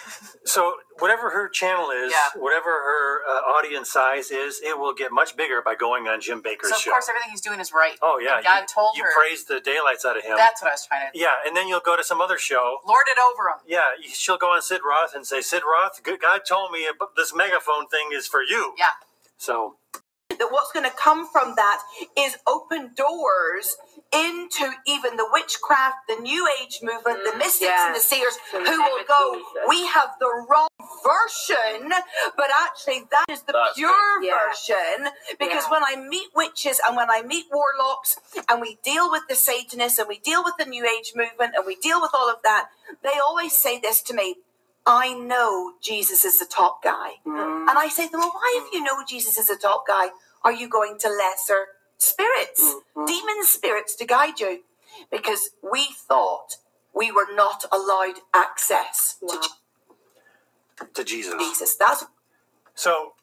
so whatever her channel is, Yeah. whatever her uh, audience size is, it will get much bigger by going on Jim Baker's So of show. course, everything he's doing is right. oh yeah, And God you, told you her. praise the daylights out of him. That's what I was trying to yeah, and then you'll go to some other show. lord it over him. Yeah, you- she'll go on Sid Roth and say, "Sid Roth, good God told me ab- this megaphone thing is for you." Yeah. So that what's going to come from that is open doors into even the witchcraft, the new age movement, the mystics and the yes. seers who name will of go, Jesus. we have the wrong version, but actually that is the That's pure it. Yeah. version. Because Yeah. when I meet witches and when I meet warlocks and we deal with the Satanists and we deal with the new age movement and we deal with all of that, they always say this to me. I know Jesus is the top guy. And I say to them, well, why, if you know Jesus is a top guy, are you going to lesser spirits, demon spirits to guide you? Because we thought we were not allowed access to to Jesus. Jesus. That's So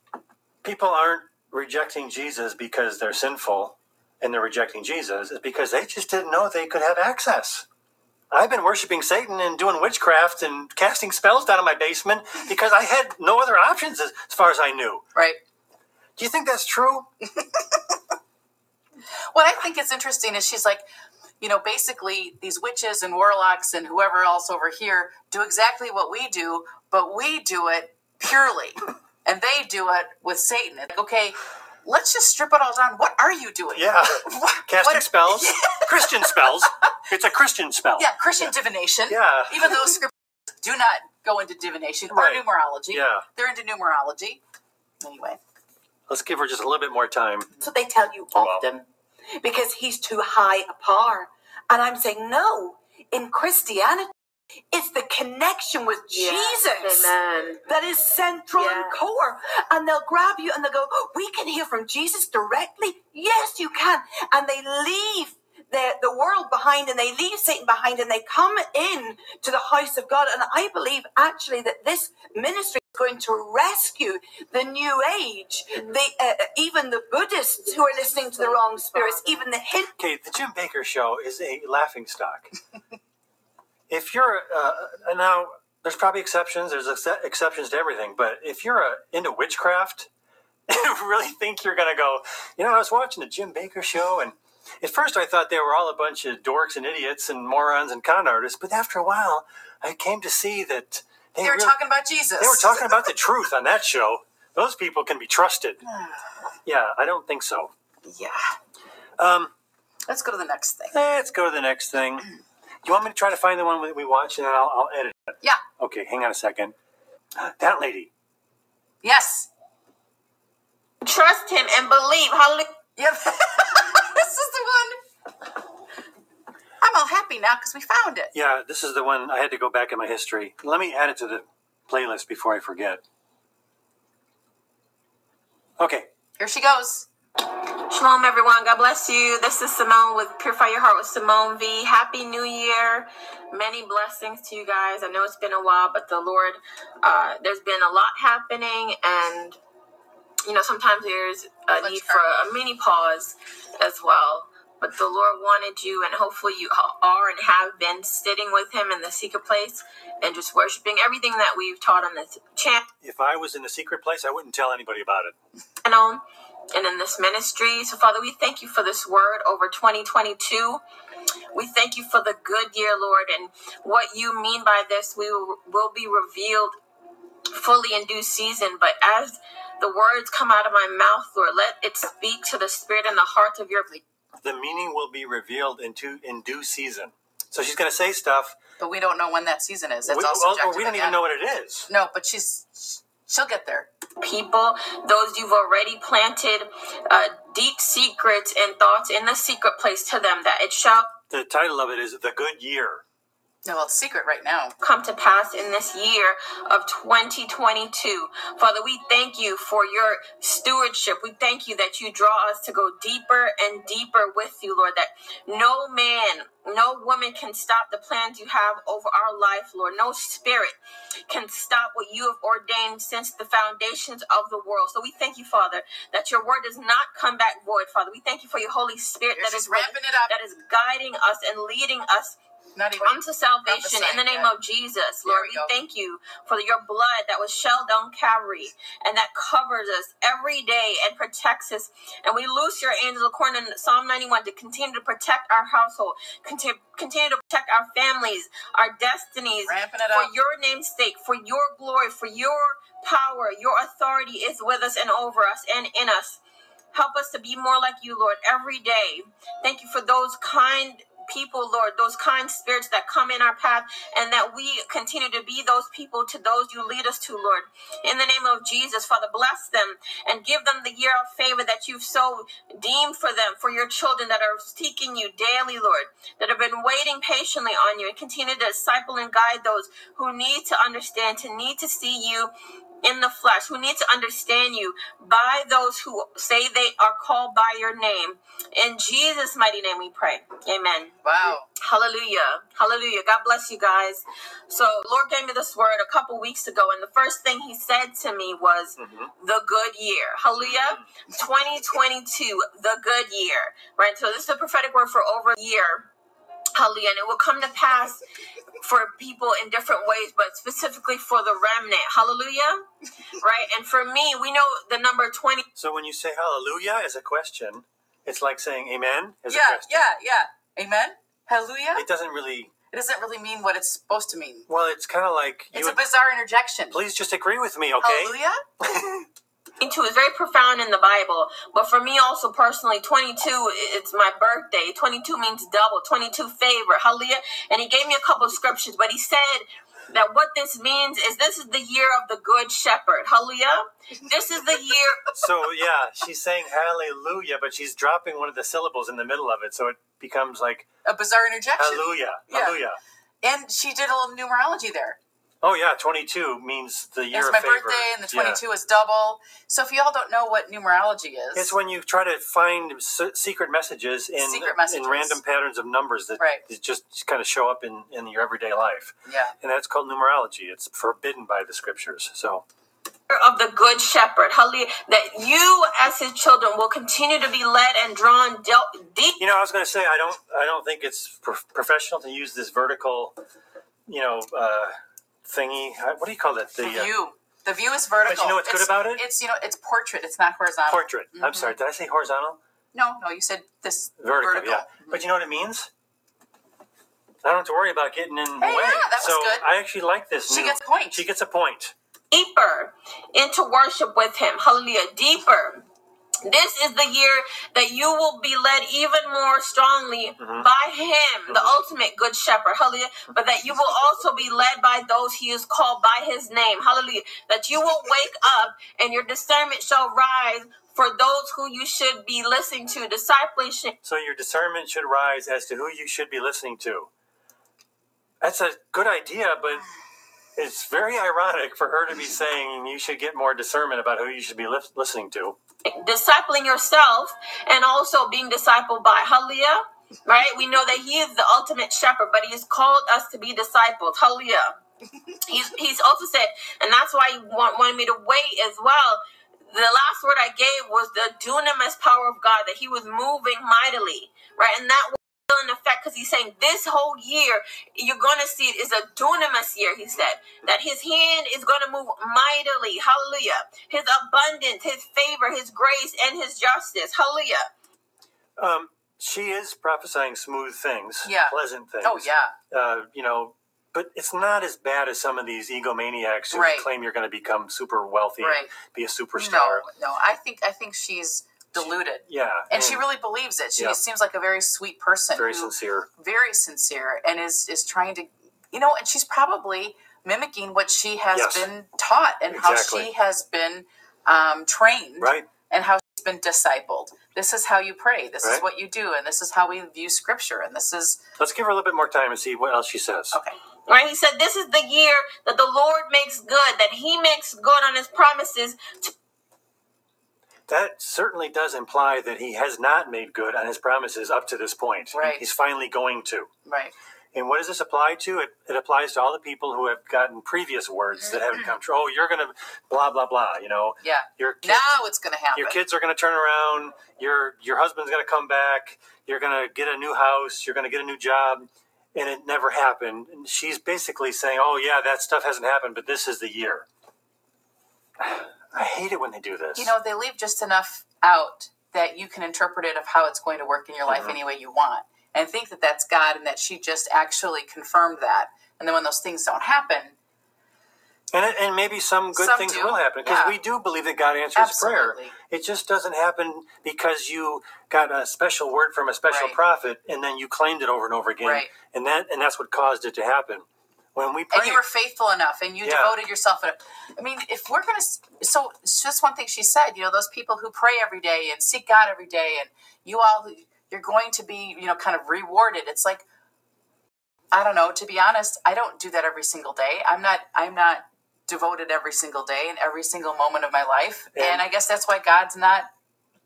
people aren't rejecting Jesus because they're sinful and they're rejecting Jesus is because they just didn't know they could have access. I've been worshiping Satan and doing witchcraft and casting spells down in my basement because I had no other options as, as far as I knew. Right. Do you think that's true? What I think is interesting is she's like, you know, basically these witches and warlocks and whoever else over here do exactly what we do, but we do it purely. And they do it with Satan. It's like, okay, let's just strip it all down. What are you doing? Yeah. What, Casting what- spells? Christian spells. It's a Christian spell. Yeah, Christian divination. Yeah. Even though scriptures do not go into divination Right. or numerology. Yeah. They're into numerology. Anyway. Let's give her just a little bit more time. what they tell you often because he's too high a par. And I'm saying, no, in Christianity, it's the connection with Jesus. Amen. that is central and Yeah. core. And they'll grab you and they'll go, We can hear from Jesus directly. Yes, you can. And they leave the, the world behind and they leave Satan behind and they come in to the house of God. And I believe actually that this ministry is going to rescue the new age, the uh, even the Buddhists who are listening to the wrong spirits, even the Hindu. Okay, the Jim Baker show is a laughing stock. if you're uh, and now, there's probably exceptions. There's exce- exceptions to everything, but if you're uh, into witchcraft, you really think you're gonna go. You know, I was watching the Jim Baker show, and at first I thought they were all a bunch of dorks and idiots and morons and con artists. But after a while, I came to see that they, They were really- talking about Jesus. they were talking about the truth on that show. Those people can be trusted. Yeah, I don't think so. Yeah. Um, Let's go to the next thing. Eh, Let's go to the next thing. you want me to try to find the one that we watched and then I'll, I'll edit it? Yeah. Okay, hang on a second. That lady. Yes. Trust him and believe. Hallelujah. Yep. this is the one. I'm all happy now because we found it. Yeah, this is the one I had to go back in my history. Let me add it to the playlist before I forget. Okay. Here she goes. Shalom, everyone. God bless you. This is Simone with Purify Your Heart with Simone V. Happy New Year. Many blessings to you guys. I know it's been a while, but the Lord, uh, there's been a lot happening, and you know, sometimes there's a need for a mini pause as well. But the Lord wanted you, and hopefully you are and have been sitting with Him in the secret place and just worshiping everything that we've taught on this channel If I was in a secret place, I wouldn't tell anybody about it. channel and in this ministry. So, Father, we thank you for this word over 2022. We thank you for the good year, Lord, and what you mean by this we will will be revealed fully in due season. But as the words come out of my mouth, Lord, let it speak to the spirit and the hearts of your The meaning will be revealed in, two, in due season. So she's going to say stuff. But we don't know when that season is. That's we, all well, subjective. we don't even again. know what it is. No, but she's she'll get there. people, those you've already planted uh, deep secrets and thoughts in the secret place to them, that it shall The title of it is The Good Year. No, well, it's secret right now. come to pass in this year of 2022. Father, we thank you for your stewardship. We thank you that you draw us to go deeper and deeper with you, Lord, that no man, no woman can stop the plans you have over our life, Lord. No spirit can stop what you have ordained since the foundations of the world. So we thank you, Father, that your word does not come back void, Father. We thank you for your Holy Spirit Here that she's is ramping it up. that is guiding us and leading us Not even unto salvation in the name prophesying of Jesus, There we Lord. We go. thank you for your blood that was shed on Calvary and that covers us every day and protects us. And we loose your angels according to Psalm 91 to continue to protect our household, continue, continue to protect our families, our destinies yet. Ramping it for up. your name's sake, for your glory, for your power. Your authority is with us and over us and in us. Help us to be more like you, Lord, every day. Thank you for those kind people, Lord, those kind spirits that come in our path, and that we continue to be those people to those you lead us to, Lord. In the name of Jesus, Father, bless them and give them the year of favor that you've so deemed for them, for your children that are seeking you daily, Lord, that have been waiting patiently on you, and continue to disciple and guide those who need to understand, to need to see you in the flesh, who need to understand you by those who say they are called by your name. In Jesus' mighty name we pray. Amen. Wow. Hallelujah. Hallelujah. God bless you guys. So, Lord gave me this word a couple weeks ago, and the first thing He said to me was, Mhm. The good year. Hallelujah. 2022, the good year. Right? So, this is a prophetic word for over a year. Hallelujah. And it will come to pass for people in different ways, but specifically for the remnant. Hallelujah. Right? And for me, we know the number 20 So when you say hallelujah as a question, it's like saying amen as Yeah, a question. yeah, yeah. Amen. Hallelujah. It doesn't really, It doesn't really mean what it's supposed to mean. well, it's kind of like, you It's a would, bizarre interjection. please just agree with me, okay? Hallelujah. 22 is very profound in the Bible, but for me also personally, 22 i- it's my birthday. 22 means double, 22 favor. Hallelujah. And he gave me a couple of scriptures, but he said that what this means is this is the year of the good shepherd. Hallelujah. This is the year So yeah, she's saying hallelujah, but she's dropping one of the syllables in the middle of it, so it becomes like A bizarre interjection. hallelujah, Yeah. hallelujah. And she did a little numerology there. Oh yeah, twenty-two means the year It's of my favor. birthday, and the Yeah. 22 is double. So if y'all don't know what numerology is, It's when you try to find se- secret messages in Secret messages. in random patterns of numbers that Right. that just kind of show up in in your everyday life, yeah. and that's called numerology. It's forbidden by the scriptures. So of the good shepherd. Hallelujah. That you as his children will continue to be led and drawn del- deep you know, I was going to say I don't I don't think it's pro- professional to use this vertical, you know, uh, thingy. Uh, What do you call that? The The uh, view. The view is vertical. But you know what's it's, good about it? It's, you know, it's portrait. It's not horizontal. Portrait. I'm sorry, did I say horizontal? No, no, you said this Vertical, vertical. yeah. But you know what it means? I don't have to worry about getting in the Hey, way. yeah, that was so good. I actually like this. She new- gets a point. She gets a point. deeper into worship with him. Hallelujah. Deeper. This is the year that you will be led even more strongly by Him, the ultimate Good Shepherd. Hallelujah. But that you will also be led by those He is called by His name. Hallelujah. That you will wake up and your discernment shall rise for those who you should be listening to. Discipleship. So your discernment should rise as to who you should be listening to. That's a good idea, but it's very ironic for her to be saying you should get more discernment about who you should be lis- listening to. discipling yourself and also being discipled by Hallelujah. Right? We know that he is the ultimate shepherd, but he has called us to be disciples. Hallelujah. He's, he's also said, and that's why he want, wanted me to wait as well. The last word I gave was the dunamis power of God, that he was moving mightily. Right? And that was still in effect because he's saying this whole year, you're going to see it is a dunamis year, he said. That his hand is going to move mightily. Hallelujah his abundance, his favor, his grace, and his justice. Hallelujah. Um, she is prophesying smooth things, Yeah. pleasant things. Oh yeah. Uh, you know, but it's not as bad as some of these egomaniacs who Right. claim you're going to become super wealthy and Right. be a superstar. No, no. I think I think she's deluded. Yeah, And she really believes it. She Yeah. seems like a very sweet person very who sincere. very sincere and is is trying to you know, and she's probably mimicking what she has Yes. been taught and Exactly. how she has been um, trained Right, and how she's been discipled. This is how you pray, this is right. what you do, and this is how we view scripture and this is Let's give her a little bit more time and see what else she says. okay. Right? He said, This is the year that the Lord makes good, that he makes good on his promises to That certainly does imply that he has not made good on his promises up to this point. Right. He's finally going to. Right. And what does this apply to? It, it applies to all the people who have gotten previous words that haven't come true. Oh, you're going to blah blah blah. You know, Yeah. your kids, Now it's gonna happen. your kids are going to turn around. Your your husband's going to come back. You're going to get a new house. You're going to get a new job, and it never happened. And she's basically saying, "Oh yeah, that stuff hasn't happened, but this is the year." I hate it when they do this. you know they leave just enough out that you can interpret it of how it's going to work in your life Mhm. any way you want and think that that's god and that she just actually confirmed that and then when those things don't happen And, it- and maybe some good Some things do. will happen because Yeah. we do believe that God answers prayer. absolutely It just doesn't happen because you got a special word from a special Right. prophet and then you claimed it over and over again, Right. and that and that's what caused it to happen. When we and pray, you were faithful enough and you Yeah. devoted yourself enough. i mean if we're gonna s- so it's just one thing she said you know those people who pray every day and seek god every day and you all who you're going to be you know kind of rewarded it's like I don't know. To be honest, I don't do that every single day. I'm not. I'm not devoted every single day and every single moment of my life. And- And, I guess that's why God's not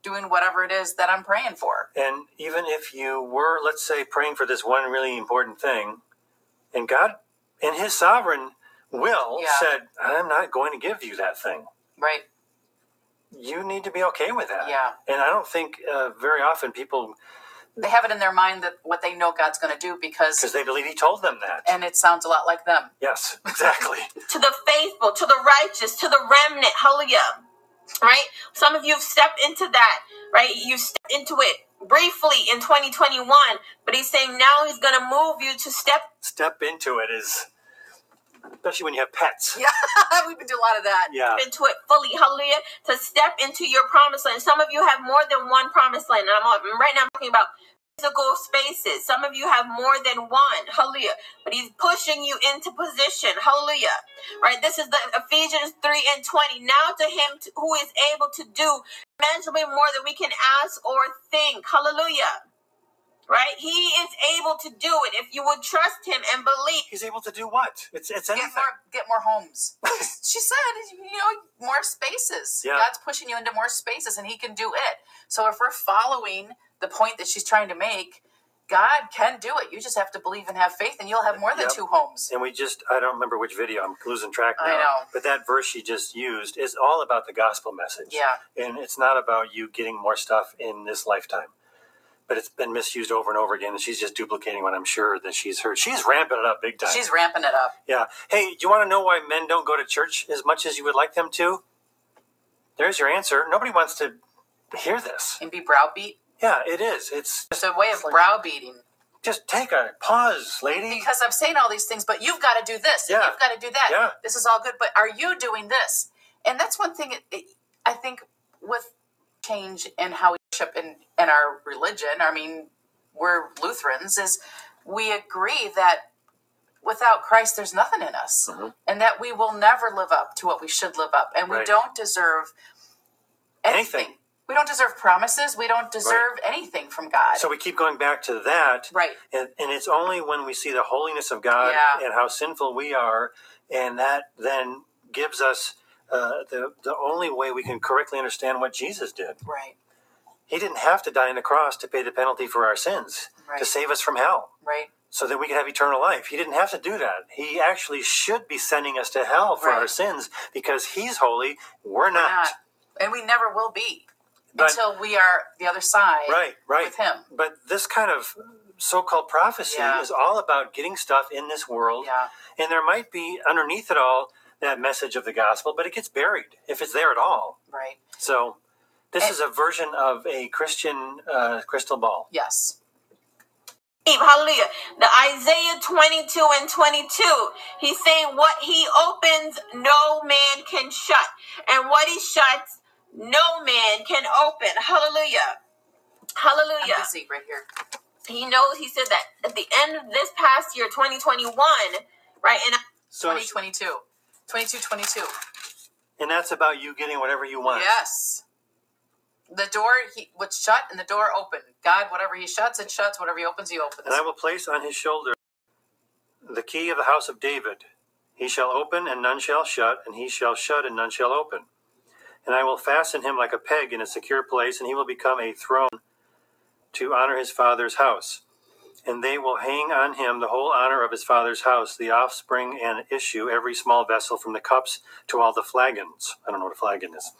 doing whatever it is that I'm praying for. and even if you were, let's say, praying for this one really important thing, and God, in His sovereign will, Yeah. said, "I'm not going to give you that thing." Right. You need to be okay with that. Yeah. And I don't think uh, very often people, They have it in their mind that what they know God's going to do because because, they believe He told them that. and it sounds a lot like them. Yes, exactly. to the faithful, to the righteous, to the remnant. Hallelujah. Right? Some of you have stepped into that, right? You stepped into it briefly in 2021, but he's saying now he's going to move you to step Step into it is, especially when you have pets. Yeah, we've been doing a lot of that. Yeah. into it fully. Hallelujah. To step into your promised land. Some of you have more than one promised land. And I'm on- right now I'm talking about physical spaces. Some of you have more than one. Hallelujah. But he's pushing you into position. Hallelujah. Right? This is the Ephesians 3 and 20. Now to him t- who is able to do immeasurably more than we can ask or think. Hallelujah. Right? He is able to do it if you would trust him and believe. He's able to do what? It's it's Get anything. more, get more homes. she said, you know, more spaces. Yeah. God's pushing you into more spaces, and He can do it. So if we're following the point that she's trying to make, God can do it. You just have to believe and have faith, and you'll have more than Yep. two homes. And we just, I don't remember which video, I'm losing track now. I know. But that verse she just used is all about the gospel message. Yeah. And it's not about you getting more stuff in this lifetime. But it's been misused over and over again. And she's just duplicating what I'm sure that she's heard. She's ramping it up big time. She's ramping it up. yeah. Hey, do you want to know why men don't go to church as much as you would like them to? There's your answer. Nobody wants to hear this. And be browbeat. Yeah, it is. It's It's a way of browbeating. just take a pause, lady. Because I'm saying all these things, but you've got to do this. and Yeah. You've got to do that. Yeah. This is all good, but are you doing this? And that's one thing it, it, I think with change in how we worship in, in our religion. I mean, we're Lutherans, is we agree that without Christ, there's nothing in us, and that we will never live up to what we should live up, and we Mm-hmm. Right. don't deserve anything. Anything. We don't deserve promises. We don't deserve anything from God. So we keep going back to that. Right. And, and it's only when we see the holiness of God Yeah. and how sinful we are, and that then gives us uh, the, the only way we can correctly understand what Jesus did. Right. He didn't have to die on the cross to pay the penalty for our sins, Right. to save us from hell, Right. so that we could have eternal life. He didn't have to do that. He actually should be sending us to hell for our Right. sins because He's holy, we're We're not. not, and we never will be But- until we are the other side. right, right. With Him. But this kind of so-called prophecy Yeah. is all about getting stuff in this world, Yeah. and there might be underneath it all that message of the gospel, but it gets buried if it's there at all. Right. So this And- is a version of a Christian uh, crystal ball. Yes. Keep, Hallelujah. The Isaiah 22 and 22. He's saying, What he opens, no man can shut. And what he shuts, no man can open. Hallelujah. I'm Hallelujah. busy right here. He knows, he said that at the end of this past year, 2021, right? And So 2022. 2222. and that's about you getting whatever you want. Yes. The door he was shut and the door open. God, whatever he shuts, it shuts. Whatever he opens, he opens. And I will place on his shoulder the key of the house of David. He shall open and none shall shut, and he shall shut and none shall open. And I will fasten him like a peg in a secure place, and he will become a throne to honor his father's house. And they will hang on him the whole honor of his father's house, the offspring and issue, every small vessel from the cups to all the flagons. I don't know what a flagon is.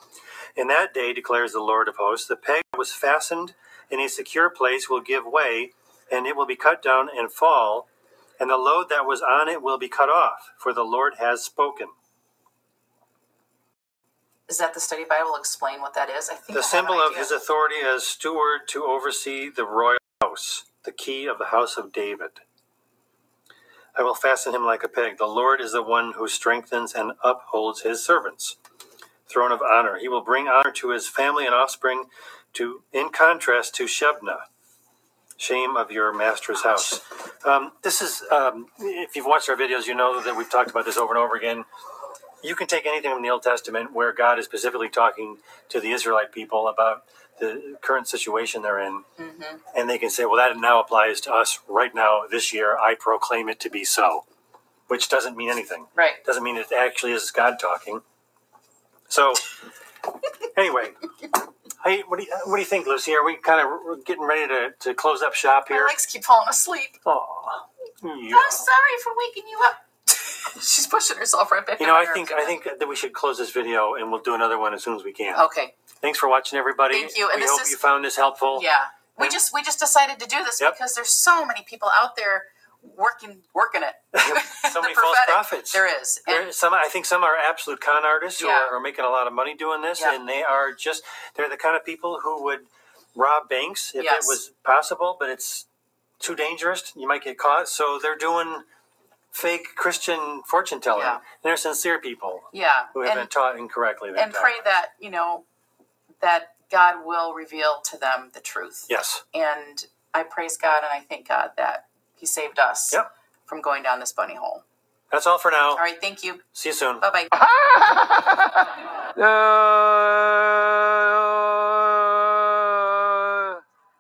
In that day, declares the Lord of hosts, the peg that was fastened in a secure place will give way, and it will be cut down and fall, and the load that was on it will be cut off, for the Lord has spoken. Is that the study Bible? Explain what that is. I think The I have an symbol of idea. his authority as steward to oversee the royal house, the key of the house of David. I will fasten him like a peg. The Lord is the one who strengthens and upholds his servants. Throne of honor. He will bring honor to his family and offspring to in contrast to Shebna. Shame of your master's house. Um, this is, um, if you've watched our videos, you know that we've talked about this over and over again. You can take anything from the Old Testament where God is specifically talking to the Israelite people about the current situation they're in, and they can say, well, that now applies to us right now, this year. I proclaim it to be so, which doesn't mean anything. Right. Doesn't mean it actually is God talking. So, anyway, hey, what do you, what do you think, Lucy? Are we kind of getting ready to, to close up shop My here? legs keep falling asleep. Oh, you. I'm sorry for waking you up. She's pushing herself right back. You know, in I the mirror. think I think that we should close this video, and we'll do another one as soon as we can. Okay. Thanks for watching, everybody. Thank you, and we this hope is- you found this helpful. Yeah. We And- just we just decided to do this Yep. because there's so many people out there working working it. So many The false prophetic. prophets. There is. There, And some, I think some are absolute con artists who Yeah. are, are making a lot of money doing this, Yeah. and they are just they're the kind of people who would rob banks if Yes. it was possible, but it's too dangerous. You might get caught, so they're doing fake Christian fortune telling. Yeah. And they're sincere people yeah. who have And been taught incorrectly. that and pray doctrine. that, you know, that God will reveal to them the truth. Yes. And I praise God and I thank God that He saved us Yep. from going down this bunny hole. That's all for now. All right, Oh. thank you. See you soon. Bye bye.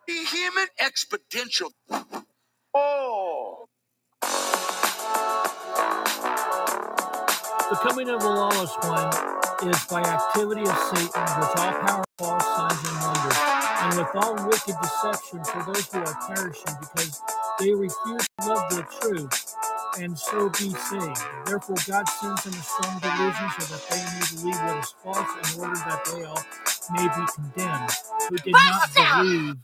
Human exponential. Oh. The coming of the lawless one is by activity of Satan with all power, false signs, and wonders, and with all wicked deception for those who are perishing because they refuse to love the truth and so be saved. Therefore, God sends them a strong delusion so that they may believe what is false in order that they all may be condemned who did not believe.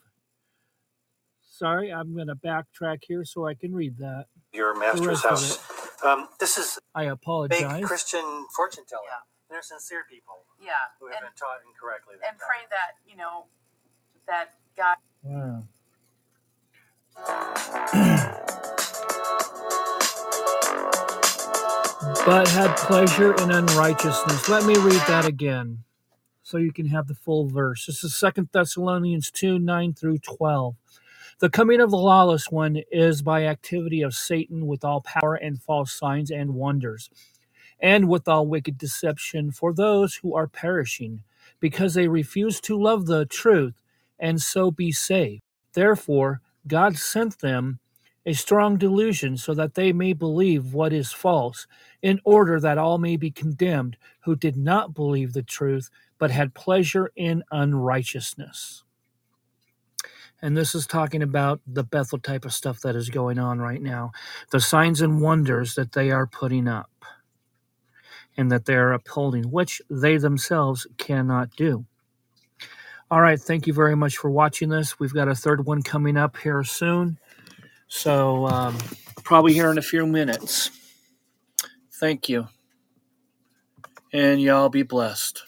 Sorry, I'm going to backtrack here so I can read that. Your The master's rest of house. it. Um, this is I fake apologize. Christian fortune telling. Yeah. They're sincere people Yeah. who have And been taught incorrectly. that and pray that, you know, that God Wow. but had pleasure in unrighteousness. Let me read that again. so you can have the full verse. This is Second Thessalonians 2 9 through 12. The coming of the lawless one is by activity of Satan with all power and false signs and wonders, and with all wicked deception for those who are perishing, because they refuse to love the truth and so be saved. Therefore, God sent them a strong delusion so that they may believe what is false, in order that all may be condemned who did not believe the truth, but had pleasure in unrighteousness. And this is talking about the Bethel type of stuff that is going on right now, the signs and wonders that they are putting up and that they are upholding, which they themselves cannot do. All right, thank you very much for watching this. We've got a third one coming up here soon. So, um, probably here in a few minutes. Thank you, and y'all be blessed.